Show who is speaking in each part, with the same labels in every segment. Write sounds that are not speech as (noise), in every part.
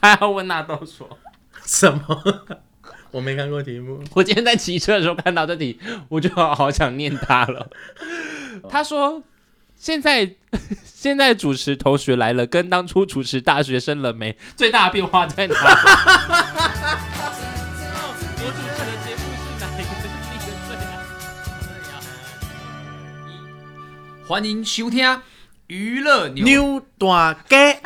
Speaker 1: 还要问纳豆说。
Speaker 2: 什么？ (laughs) 我没看过题目。
Speaker 1: (laughs) 我今天在骑车的时候看到这题，我就好好想念他了。 (laughs) 他说：“现在 (laughs) 现在主持同学来了，跟当初主持大学生了没？最大的变化在 (laughs) 哪里？”我主持的节目是哪一个是第一个最大
Speaker 3: 欢迎收听娱乐牛。
Speaker 2: 牛大 (laughs) 街，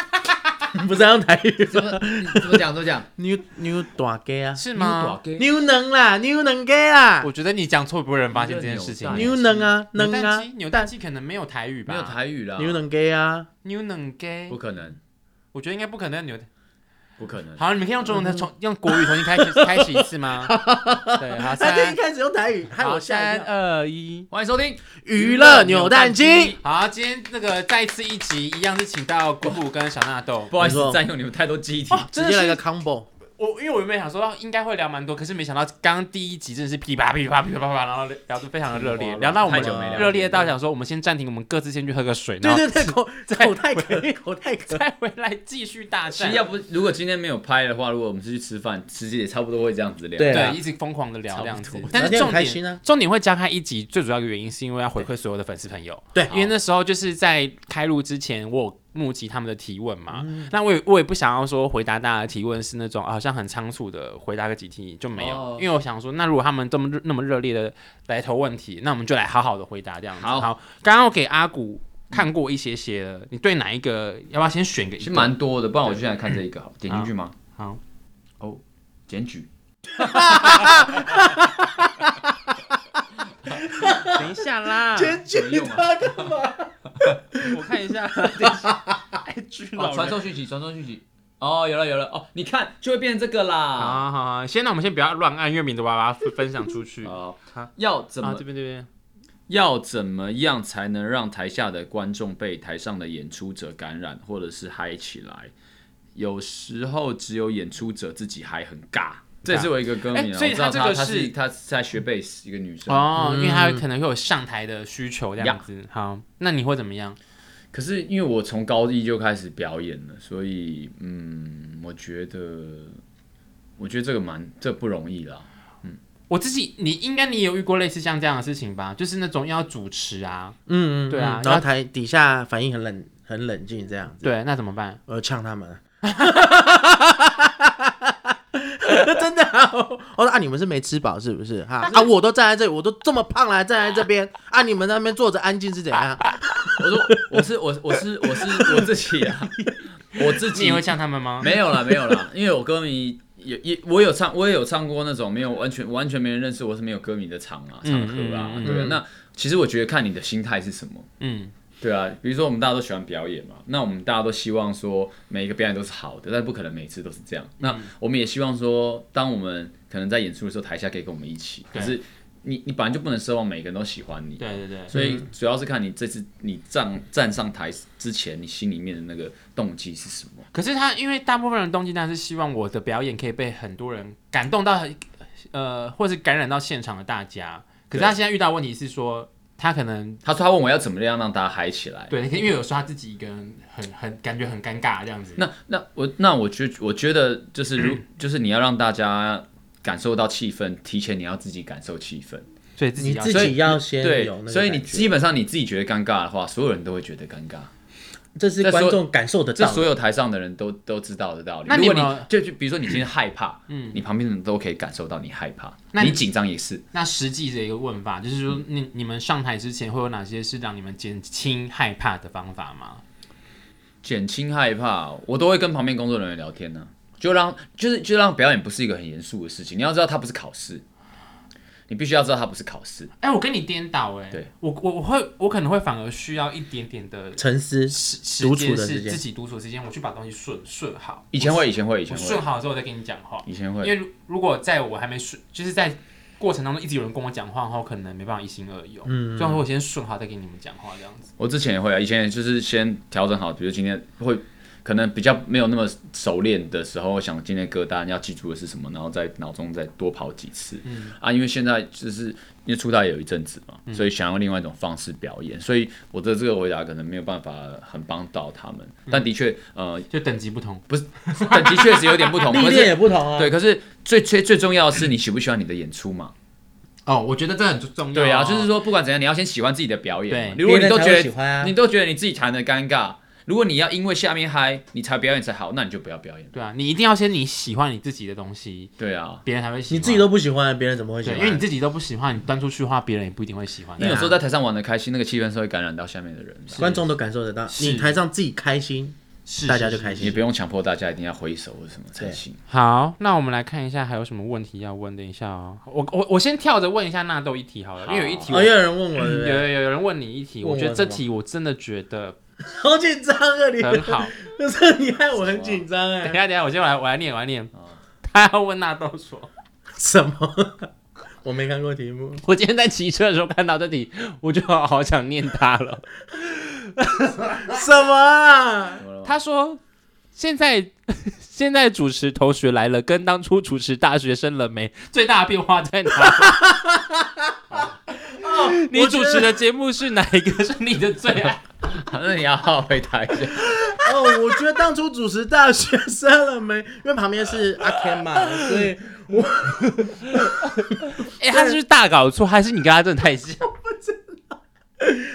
Speaker 2: 不是用台语 (laughs)
Speaker 3: 怎
Speaker 2: 吗？
Speaker 3: 么怎么讲？怎么讲？
Speaker 2: 牛牛大街啊，
Speaker 1: 是
Speaker 3: 牛
Speaker 1: 吗
Speaker 3: 大？街
Speaker 2: 牛能啦，牛能街啦
Speaker 1: 我，觉得你讲错，不会有人发现这件事情。
Speaker 3: 我
Speaker 2: 牛能啊，
Speaker 1: 扭
Speaker 2: 能
Speaker 1: 蛋
Speaker 2: 啊
Speaker 1: 机，，扭蛋机可能没有台语吧？
Speaker 3: 没有台语啦，
Speaker 2: 牛能街啊，
Speaker 1: 牛能 gay，
Speaker 3: 不可能，
Speaker 1: 我觉得应该不可能扭蛋。
Speaker 3: 不可能。
Speaker 1: 好，你们可以用中文的重用国语重新开 (laughs) 始开始一次吗？对，好，
Speaker 2: 他这一
Speaker 1: 三，
Speaker 2: 开始用台语，害
Speaker 1: 好，
Speaker 2: 我吓一
Speaker 1: 三
Speaker 2: 跳。
Speaker 1: 二一。
Speaker 3: 欢迎收听
Speaker 2: 娱乐扭蛋机，
Speaker 1: 好，今天这个再次一集一样是请到姑姑跟小纳豆。
Speaker 3: 不好意
Speaker 2: 你
Speaker 3: 思
Speaker 2: 说
Speaker 3: 占用你们太多记忆体。 (laughs)
Speaker 1: 哦，
Speaker 2: 直
Speaker 1: 真的
Speaker 2: 接来个
Speaker 1: 是
Speaker 2: combo，
Speaker 1: 我，因为我原本想说应该会聊蛮多，可是没想到刚刚第一集真的是噼啪噼啪噼啪啪啪，然后聊得非常的热烈，聊到我们
Speaker 3: 太久没聊
Speaker 1: 热烈到想说我们先暂停，我们各自先去喝个水，
Speaker 2: 对
Speaker 1: 然后
Speaker 2: 对对，口
Speaker 1: 再
Speaker 2: 口太渴，口太 (laughs) 渴。
Speaker 1: 再回来继续大
Speaker 3: 其
Speaker 1: 战
Speaker 3: 实。要不，如果今天没有拍的话，如果我们是去吃饭， (laughs) 其实也差不多会这样子聊。
Speaker 2: 对啊
Speaker 1: 对，一直疯狂的聊
Speaker 3: 差不
Speaker 1: 这样子
Speaker 3: 多，
Speaker 1: 但
Speaker 2: 聊
Speaker 1: 是
Speaker 2: 天
Speaker 1: 重
Speaker 2: 很开
Speaker 1: 点
Speaker 2: 心啊，
Speaker 1: 重点会加开一集，最主要的原因是因为要回馈所有的粉丝朋友。
Speaker 2: 对
Speaker 1: 因为那时候就是在开录之前，我有募集他们的提问嘛。那我也我也不想要说回答大家的提问是那种啊好像很仓促的回答个几题就没有，
Speaker 3: 哦
Speaker 1: 因为我想说，那如果他们这么热那么热烈的来投问题，那我们就来好好的回答这样子。
Speaker 3: 好
Speaker 1: 刚刚我给阿古看过一些些了，你对哪一个要不要先选个一
Speaker 3: 其
Speaker 1: 个？
Speaker 3: 实蛮多的，不然我就现在看这一个好了，点进去吗？
Speaker 1: 好。
Speaker 3: 哦，检举。
Speaker 1: 等一下啦，
Speaker 2: (laughs) 先
Speaker 3: 有用啊
Speaker 2: 干 (laughs) 嘛？
Speaker 1: 我看一下。哎，巨老
Speaker 3: 哦，
Speaker 1: 人
Speaker 3: 传送讯息，传送讯息。哦，有了有了，哦，你看就会变成这个
Speaker 1: 啊
Speaker 3: 啦。
Speaker 1: 好好好，先那我们先不要乱按月饼的娃娃分分享出去啊，
Speaker 3: 哦
Speaker 1: 好，啊
Speaker 3: 要怎么
Speaker 1: 这边这边，
Speaker 3: 要怎么样才能让台下的观众被台上的演出者感染，或者是嗨起来？有时候只有演出者自己嗨，很尬。这也是我一个歌迷啊，
Speaker 1: 哎所以
Speaker 3: 我知
Speaker 1: 她这个
Speaker 3: 道她她
Speaker 1: 是
Speaker 3: 是她是在学贝斯，一个女生。
Speaker 1: 哦，因为他可能会有上台的需求这样子。好，那你会怎么样？
Speaker 3: 可是因为我从高一就开始表演了，所以嗯，我觉得，我觉得这个蛮这不容易啦。
Speaker 1: 我自己，你应该你也有遇过类似像这样的事情吧？就是那种要主持啊，
Speaker 2: 嗯嗯，
Speaker 1: 对啊
Speaker 2: 嗯
Speaker 1: 要
Speaker 2: 然后台底下反应很冷，很冷静这样子。
Speaker 1: 对，那怎么办？
Speaker 2: 我呛他 (laughs) 们。真的、啊，我说啊，你们是没吃饱是不是？哈啊，我都站在这里，我都这么胖了，还站在这边啊，你们在那边坐着安静是啊怎样？
Speaker 3: 我说我是我我是我是我自己啊，我自
Speaker 1: 你
Speaker 3: 己
Speaker 1: 也会像他们吗？
Speaker 3: (laughs) 没有啦，没有啦，因为我歌迷也也我有唱，我也有唱过那种没有完全完全没人认识我是没有歌迷的场啊
Speaker 1: 嗯
Speaker 3: 场合啊，
Speaker 1: 嗯嗯
Speaker 3: 对啊
Speaker 2: 嗯。
Speaker 3: 那其实我觉得看你的心态是什么，
Speaker 1: 嗯，
Speaker 3: 对啊。比如说我们大家都喜欢表演嘛，那我们大家都希望说每一个表演都是好的，但不可能每次都是这样。
Speaker 1: 嗯
Speaker 3: 那我们也希望说，当我们可能在演出的时候，台下可以跟我们一起，可
Speaker 1: 对
Speaker 3: 是你你本来就不能奢望每个人都喜欢你，
Speaker 1: 对对对，
Speaker 3: 所以主要是看你这次你站站上台之前，你心里面的那个动机是什么。
Speaker 1: 可是他因为大部分人动机当然是希望我的表演可以被很多人感动到，呃，或是感染到现场的大家。可是他
Speaker 3: 对
Speaker 1: 现在遇到的问题是说，他可能
Speaker 3: 他说他问我要怎么样让大家嗨起来，
Speaker 1: 对，因为有时候他自己一个人很很感觉很尴尬这样子。
Speaker 3: 那那我那我觉我觉得就是如就是你要让大家感受到气氛，提前你要自己感受气氛。
Speaker 1: 所以自
Speaker 2: 你
Speaker 1: 要
Speaker 2: 自
Speaker 3: 所
Speaker 2: 己
Speaker 3: 以
Speaker 2: 要先
Speaker 3: 对
Speaker 2: 有那，个
Speaker 3: 所以你
Speaker 2: 感觉
Speaker 3: 基本上你自己觉得尴尬的话，所有人都会觉得尴尬。
Speaker 2: 这是
Speaker 3: 这所
Speaker 2: 观众感受得
Speaker 3: 这
Speaker 2: 到
Speaker 3: 所
Speaker 2: 的。
Speaker 3: 有台上的人都都知道的道理。
Speaker 1: 那你
Speaker 3: 如
Speaker 1: 有
Speaker 3: 果
Speaker 1: 没
Speaker 3: 你
Speaker 1: 有
Speaker 3: 就就比如说你今天害怕，嗯，你旁边的人都可以感受到你害怕，
Speaker 1: 那你
Speaker 3: 你紧张也是。
Speaker 1: 那实际的一个问法，就是说你你们上台之前会有哪些是让你们减轻害怕的方法吗？
Speaker 3: 减轻害怕，我都会跟旁边工作人员聊天呢、就让就是就让表演不是一个很严肃的事情。你要知道它不是考试，你必须要知道它不是考试。
Speaker 1: 哎、我跟你颠倒哎、
Speaker 3: 对
Speaker 1: 我我我会我可能会反而需要一点点的
Speaker 2: 沉思，
Speaker 1: 时时
Speaker 2: 独处
Speaker 1: 间
Speaker 2: 的
Speaker 1: 是
Speaker 2: 时间
Speaker 1: 自己独处的时间，我去把东西顺顺好。
Speaker 3: 以前会，以前会，以
Speaker 1: 我
Speaker 3: 前
Speaker 1: 顺
Speaker 3: 会，
Speaker 1: 好之后再跟你讲话，
Speaker 3: 以前
Speaker 1: 因
Speaker 3: 会。
Speaker 1: 为如如果在我还没顺，就是在过程当中一直有人跟我讲话的话，我可能没办法一心二用。嗯，所以我先顺好再跟你们讲话这样子。
Speaker 3: 我之前也会啊，以前也就是先调整好，比如今天会。可能比较没有那么熟练的时候，我想今天歌单要记住的是什么，然后在脑中再多跑几次。
Speaker 1: 嗯
Speaker 3: 啊，因为现在就是因为出道也有一阵子嘛，所以想用另外一种方式表演，所以我的这个回答可能没有办法很帮到他们，
Speaker 1: 嗯
Speaker 3: 但的确，呃， (laughs)
Speaker 1: 就等级不同。
Speaker 3: 等级确实有点不
Speaker 1: (laughs)
Speaker 3: 同，
Speaker 2: 历
Speaker 3: 可
Speaker 2: 练
Speaker 3: 是
Speaker 2: 也不同啊。
Speaker 3: 对，可是最最最重要的是你喜不喜欢你的演出嘛？
Speaker 1: 哦，我觉得这很重要。
Speaker 3: 对啊，就是说不管怎样，你要先喜欢自己的表演嘛。如果
Speaker 2: 别人
Speaker 3: 你都
Speaker 2: 才
Speaker 3: 觉
Speaker 2: 会
Speaker 3: 得
Speaker 2: 喜欢啊
Speaker 3: 你都觉得你自己弹的尴尬，如果你要因为下面嗨你才表演才好，那你就不要表演。
Speaker 1: 对啊，你一定要先你喜欢你自己的东西，
Speaker 3: 对啊，
Speaker 1: 别人才会喜欢。
Speaker 2: 你自己都不喜欢，别人怎么会喜
Speaker 1: 对，
Speaker 2: 欢？
Speaker 1: 因为你自己都不喜欢，你端出去的话，别人也不一定会喜欢。
Speaker 2: 啊
Speaker 3: 你有时候在台上玩的开心，那个气氛是会感染到下面的人的，
Speaker 2: 观众都感受得到，
Speaker 1: 是
Speaker 2: 你台上自己开心，
Speaker 1: 是
Speaker 2: 大家就开
Speaker 3: 也
Speaker 2: 心
Speaker 3: 不。用强迫大家一定要挥手或什么才行。 (laughs)
Speaker 1: 好，那我们来看一下还有什么问题要问。等一下哦，我我我先跳着问一下纳豆一题好了，
Speaker 3: 好
Speaker 1: 因为有一题
Speaker 2: 哦，
Speaker 1: 我
Speaker 2: 又有人问我，对不
Speaker 1: 嗯有
Speaker 2: 对？
Speaker 1: 有有人问你一题，
Speaker 2: 问我
Speaker 1: 我觉得这题我真的觉得
Speaker 2: 好紧张啊，
Speaker 1: (laughs)
Speaker 2: 你
Speaker 1: 很
Speaker 2: (laughs)
Speaker 1: 好。
Speaker 2: 就是你害我很紧张
Speaker 1: (laughs) 等一
Speaker 2: 哎。
Speaker 1: 下等一下，我先来我来念我来念
Speaker 3: 哦。
Speaker 1: 他要问纳豆说，
Speaker 2: 什么？ (laughs) 我没看过题目。
Speaker 1: 我今天在骑车的时候看到这题，我就好好想念他了。
Speaker 2: 什么啊？
Speaker 3: 怎么了吗
Speaker 1: 他说：“现在 (laughs) 现在主持同学来了，跟当初主持大学生了没最大的变化在哪？你主持的节目是哪一个是你的最爱？
Speaker 3: 好那你要好好回答一下。
Speaker 2: 哦，我觉得当初主持大学生了没，因为旁边是
Speaker 3: 呃
Speaker 2: 阿 Ken 嘛，所以
Speaker 1: (laughs)
Speaker 3: (laughs)
Speaker 1: 哎、他是不是大搞错，还是你跟他真的太像？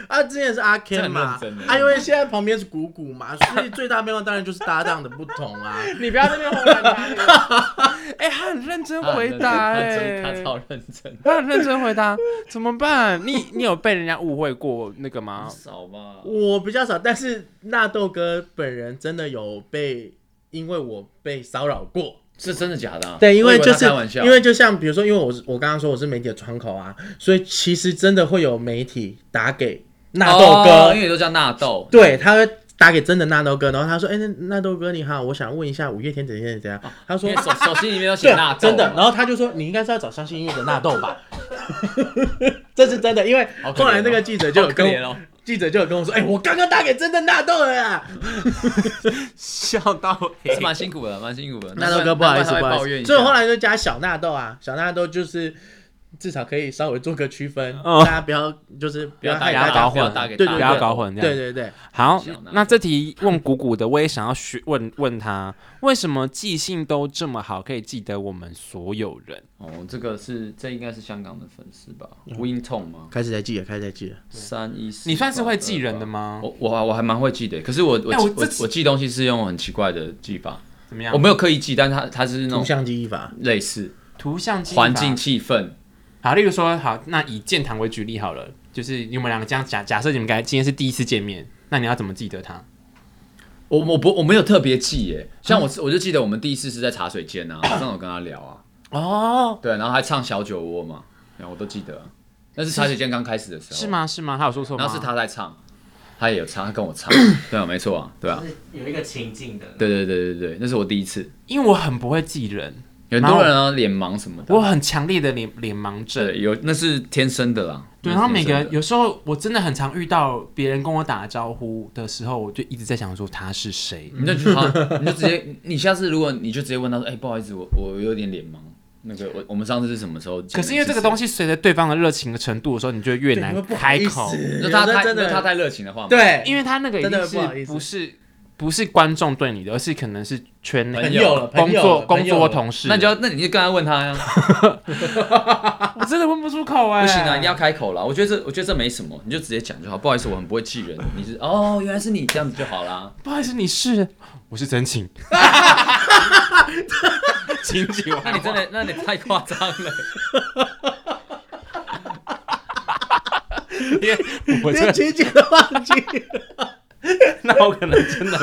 Speaker 2: 啊之前是阿 Ken
Speaker 3: 这很
Speaker 2: 嘛
Speaker 3: 认真，耶
Speaker 2: 啊因为现在旁边是谷谷嘛，所以最大变化当然就是搭档的不同啊。
Speaker 1: 你不要这边胡乱他。 (laughs) 哎、他很认真回答、
Speaker 3: 他
Speaker 1: 哎，
Speaker 3: 真啊他超认真，
Speaker 1: (laughs) 他很认真回答，怎么办？你你有被人家误会过那个吗？
Speaker 3: 少吧。
Speaker 2: 我比较少，但是纳豆哥本人真的有被，因为我被骚扰过。
Speaker 3: (laughs) 是真的假的啊？
Speaker 2: 对，因
Speaker 3: 我以
Speaker 2: 为
Speaker 3: 他
Speaker 2: 就是
Speaker 3: 开玩笑，
Speaker 2: 因为就像比如说，因为我是我刚刚说我是媒体的窗口啊，所以其实真的会有媒体打给纳豆哥，
Speaker 3: 哦因为都叫纳豆，
Speaker 2: 对，他会打给真的纳豆哥，然后他说：“哎、那纳豆哥你好，我想问一下五月天怎样怎样。”他
Speaker 3: 哦因
Speaker 2: 说哦
Speaker 3: 为手手心里面有：“写
Speaker 2: 对
Speaker 3: 纳，豆，
Speaker 2: 真的。”然后他就说：“你应该是要找相信音乐的纳豆吧？” (laughs) 这是真的，因为
Speaker 3: 好可怜哦
Speaker 2: 后来那个记者就有
Speaker 3: (laughs) 好可
Speaker 2: 跟
Speaker 3: 怜
Speaker 2: 我、
Speaker 3: 哦
Speaker 2: 记者就有跟我说：“哎、我刚刚打给真的纳豆了啊啦。
Speaker 3: 嗯
Speaker 1: 笑到 (laughs)
Speaker 3: 是蛮辛苦的，蛮辛苦的。
Speaker 2: 纳豆哥不好意思，不
Speaker 3: 难怪他会
Speaker 2: 好
Speaker 3: 抱
Speaker 2: 意
Speaker 3: 怨一
Speaker 2: 思。
Speaker 3: 下
Speaker 2: 所以我后来就加小纳豆啊，小纳豆就是至少可以稍微做个区分，
Speaker 1: 哦
Speaker 2: 大家不要就是不
Speaker 3: 要打
Speaker 2: 害
Speaker 1: 给大
Speaker 2: 大
Speaker 1: 家
Speaker 2: 家
Speaker 1: 搞
Speaker 2: 哎不要
Speaker 1: 混
Speaker 2: 打
Speaker 3: 给
Speaker 2: 对
Speaker 3: 大
Speaker 2: 对
Speaker 1: 不
Speaker 3: 家
Speaker 1: 要
Speaker 2: 对
Speaker 1: 搞混这样。
Speaker 2: 对对对，
Speaker 1: 好
Speaker 3: 小，娜
Speaker 1: 那这题问鼓鼓的，我也想要学问问他，为什么记性都这么好，可以记得我们所有人？
Speaker 3: 哦，这个是这应该是香港的粉丝吧？Win
Speaker 2: 嗯
Speaker 3: Tone 吗？
Speaker 2: 开始在记了，开始在记了。
Speaker 3: 三一
Speaker 1: (laughs)
Speaker 3: 四，
Speaker 1: 你算是会记人的？吗？
Speaker 3: 我我还我还蛮会记的，可是我我
Speaker 1: 哎我
Speaker 3: 记我
Speaker 1: 这
Speaker 3: 我记东西是用很奇怪的记法，
Speaker 1: 怎么样
Speaker 3: 我？没有刻意记，但它它是那
Speaker 2: 图
Speaker 3: 种
Speaker 2: 像记忆法，
Speaker 3: 类似
Speaker 1: 图像记忆法
Speaker 3: 环境气氛，
Speaker 1: 好，例如说，好，那以健谈为举例好了，就是你们两个这样假假设你们该今天是第一次见面，那你要怎么记得他？
Speaker 3: 我我不我没有特别记耶，像
Speaker 2: 嗯
Speaker 3: 我我就记得我们第一次是在茶水间啊，晚上有跟他聊啊，
Speaker 1: 哦，
Speaker 3: 对，然后还唱小酒窝嘛，然后我都记得啊，那是茶水间刚开始的时候，
Speaker 1: 是？吗？是吗？他有说错吗？
Speaker 3: 然后是他在唱，他也有唱，他跟我唱，
Speaker 1: (coughs)
Speaker 3: 对啊，没错啊，对啊，
Speaker 4: 是有一个情境的。
Speaker 3: 对对对对对，那是我第一次，
Speaker 1: 因为我很不会记人，
Speaker 3: 有很多人啊脸盲什么的，
Speaker 1: 我很强烈的脸脸盲症。
Speaker 3: 对，有那是天生的啦。
Speaker 1: 对，
Speaker 3: 那
Speaker 1: 然
Speaker 3: 是
Speaker 1: 后每
Speaker 3: 天
Speaker 1: 个
Speaker 3: 生的
Speaker 1: 有时候我真的很常遇到别人跟我打招呼的时候，我就一直在想说他是谁。
Speaker 3: 你就去他，你就直接，你下次如果你就直接问他说，哎、不好意思，我我有点脸盲。那个我我们上次是什么时候见的？
Speaker 1: 可是因为这个东西，随着对方的热情的程度的时候，你就
Speaker 2: (laughs)
Speaker 1: 越
Speaker 2: 对，因为
Speaker 1: 难
Speaker 2: 不好
Speaker 1: 开
Speaker 2: 意思
Speaker 1: 口，
Speaker 3: 那他
Speaker 2: 有时候
Speaker 3: 太
Speaker 2: 真
Speaker 3: 那他
Speaker 2: 的
Speaker 3: 太热情的话嘛，
Speaker 2: 对，
Speaker 1: 因为他那个一定
Speaker 2: 真的不好意
Speaker 1: 是
Speaker 2: 思
Speaker 1: 不是不是观众对你的，而是可能是圈内
Speaker 3: 朋
Speaker 2: 朋友了，
Speaker 1: 工
Speaker 2: 朋友
Speaker 1: 作
Speaker 2: 了
Speaker 1: 工作。
Speaker 2: 朋友了
Speaker 1: 同事，
Speaker 3: 那你就要那你就刚才问他呀，
Speaker 1: 我真的问不出口哎，
Speaker 3: 不行啊，一定要开口了。我觉得这我觉得这没什么，你就直接讲就好。不好意思，我很不会记人，你是哦，原来是你这样子就好啦。
Speaker 1: 不好意思，你是我是真情，请起
Speaker 3: 那
Speaker 1: 完
Speaker 3: 你真的，那你太夸张了。
Speaker 1: 我真
Speaker 2: 连
Speaker 1: 的，
Speaker 2: 情景都忘记，
Speaker 1: 那我可能真的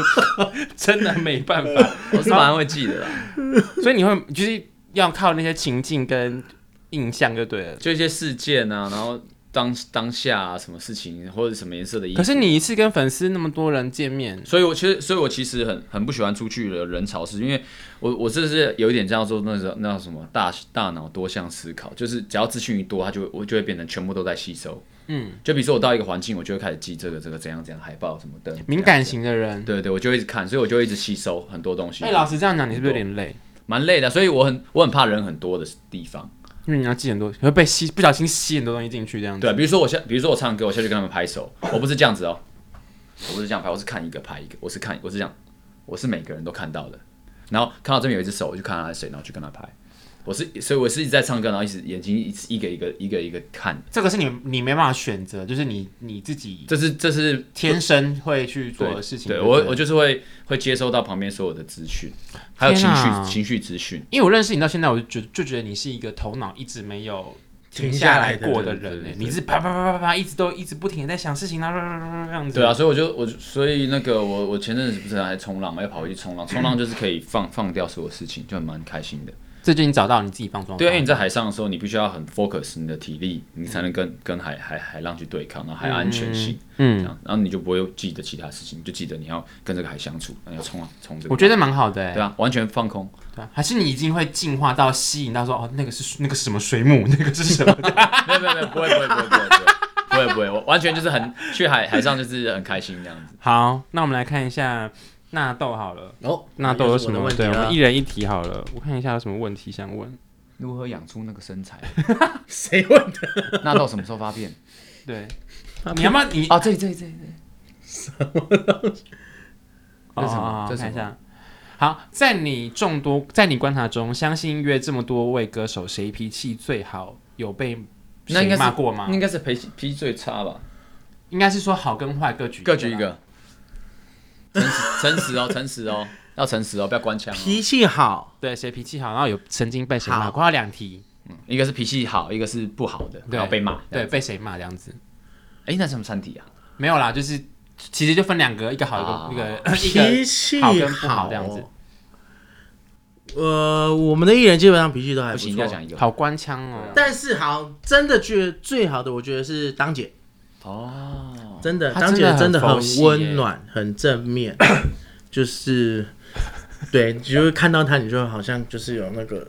Speaker 1: 真的没办法。
Speaker 3: 我是
Speaker 1: 啊
Speaker 3: 蛮会记的啦，
Speaker 1: (laughs) 所以你会就是要靠那些情境跟印象就对了。
Speaker 3: 就一些事件啊，然后当当下啊，什么事情或者什么颜色的衣服。
Speaker 1: 可是你一次跟粉丝那么多人见面，
Speaker 3: 所以，我其实，所以我其实很很不喜欢出去的人潮，是因为我我这是有一点这样做，那时候那叫什么大大脑多项思考，就是只要资讯一多，它就会我就会变成全部都在吸收，嗯，就比如说我到一个环境，我就会开始记这个这个怎样怎样海报什么的，
Speaker 1: 敏感型的人。
Speaker 3: 对对，我就会一直看，所以我就会一直吸收很多东西
Speaker 1: 哎、，老实这样讲，你是不是有点累？
Speaker 3: 蛮累的。所以我很我很怕人很多的地方。
Speaker 1: 因为你要记很多，会被吸不小心吸很多东西进去这样子。
Speaker 3: 对，啊比如说我现比如说我唱歌，我下去跟他们
Speaker 1: (coughs)
Speaker 3: 拍手，我不是这样子哦，我不是这样拍，我是看一个拍一个，我是看我是这样，我是每个人都看到的。然后看到这边有一只手，我就看他是谁，然后去跟他拍。我是所以我是一直在唱歌，然后一直眼睛一直一个一个一个一个看。
Speaker 1: 这个是你你没办法选择，就是你你自己
Speaker 3: 这是这是
Speaker 1: 天生会去做
Speaker 3: 对
Speaker 1: 的事情。
Speaker 3: 对
Speaker 1: 不
Speaker 3: 我我就是会会接收到旁边所有的资讯，还有情
Speaker 1: 天啊
Speaker 3: 绪情绪资讯。
Speaker 1: 因为我认识你到现在，我就觉就觉得你是一个头脑一直没有
Speaker 2: 停
Speaker 1: 下
Speaker 2: 下
Speaker 1: 来
Speaker 2: 来的
Speaker 1: 过的
Speaker 3: 人
Speaker 1: 人呢欸
Speaker 3: 对对，对
Speaker 1: 你是啪啪啪啪啪，一直都一直不停的在想事情啊，啦啦啦啦啦这样子。
Speaker 3: 对啊，，所以我就我就所以那个我我前阵子不是还冲浪嘛，又跑回去冲浪，冲浪就是可以放放掉所有事情，就很蛮开心的。
Speaker 1: 这就是你找到你自己放松。
Speaker 3: 对，因为你在海上的时候，你必须要很 focus 你的体力，你才能跟跟海海海浪去对抗，然后还有安全性，这
Speaker 1: 嗯，
Speaker 3: 样，然后你就不会记得其他事情，你就记得你要跟这个海相处，然后要冲啊冲这个
Speaker 1: 我，觉得蛮好的欸
Speaker 3: 对。啊，完全放空，
Speaker 1: 对啊，还是你已经会进化到吸引到说哦，那个是那个是什么水母，那个是什么？
Speaker 3: 没有没有没有，不会不会不会不会不会不会不会，我完全就是很去海海上就是很开心这样子。
Speaker 1: 好，那我们来看一下纳豆好了，
Speaker 2: 哦，
Speaker 1: 纳豆有
Speaker 2: 又是
Speaker 1: 什
Speaker 2: 我
Speaker 1: 么
Speaker 2: 的问题
Speaker 1: 对，我
Speaker 2: 了
Speaker 1: 们一？人一题好了，我看一下有什么问题想问。
Speaker 3: 如何养出那个身 (laughs) 材？
Speaker 2: 谁问的？
Speaker 3: (laughs) 纳豆什么时候发变？
Speaker 1: 对，你要不要你
Speaker 3: (laughs) 啊，这里这里这里，
Speaker 1: 哦
Speaker 3: 这是什么
Speaker 1: 哦哦
Speaker 3: 这是
Speaker 1: 看一
Speaker 3: 什么
Speaker 1: 下。好，在你众多在你观察中，相信音乐这么多位歌手，谁脾气最好？有被
Speaker 3: 那应该
Speaker 1: 谁
Speaker 3: 是
Speaker 1: 骂过吗？
Speaker 3: 应该是脾气脾气最差吧？
Speaker 1: 应该是说好跟坏各举
Speaker 3: 各举一
Speaker 1: 吧。
Speaker 3: 个，诚实诚实哦，诚实哦，要诚实哦，不要官腔、哦。
Speaker 2: 脾气好，
Speaker 1: 对，谁脾气好，然后有曾经被谁骂过？还有两题，
Speaker 3: 一个是脾气好，一个是不好的，
Speaker 1: 对
Speaker 3: 然后被骂。
Speaker 1: 对，，被谁骂这样子？
Speaker 3: 哎，那什么三体啊？
Speaker 1: 没有啦，就是其实就分两个，一个
Speaker 3: 啊
Speaker 1: 好，一个 (laughs) 一个一
Speaker 2: 脾气
Speaker 1: 个好跟不好这样子。。
Speaker 2: 呃，我们的艺人基本上脾气都还
Speaker 3: 不行，一定要讲
Speaker 2: 错，
Speaker 3: 一个。
Speaker 1: 好官腔哦。
Speaker 2: 但是好，真的觉得最好的，我觉得是当姐，
Speaker 3: 哦，
Speaker 2: 真的，
Speaker 1: 她
Speaker 2: 当
Speaker 1: 真
Speaker 2: 姐
Speaker 1: 的很
Speaker 2: 真的
Speaker 1: 佛系
Speaker 2: 很
Speaker 1: 耶
Speaker 2: 温暖，很正面，就是对，你就会看到她，你就好像就是有那个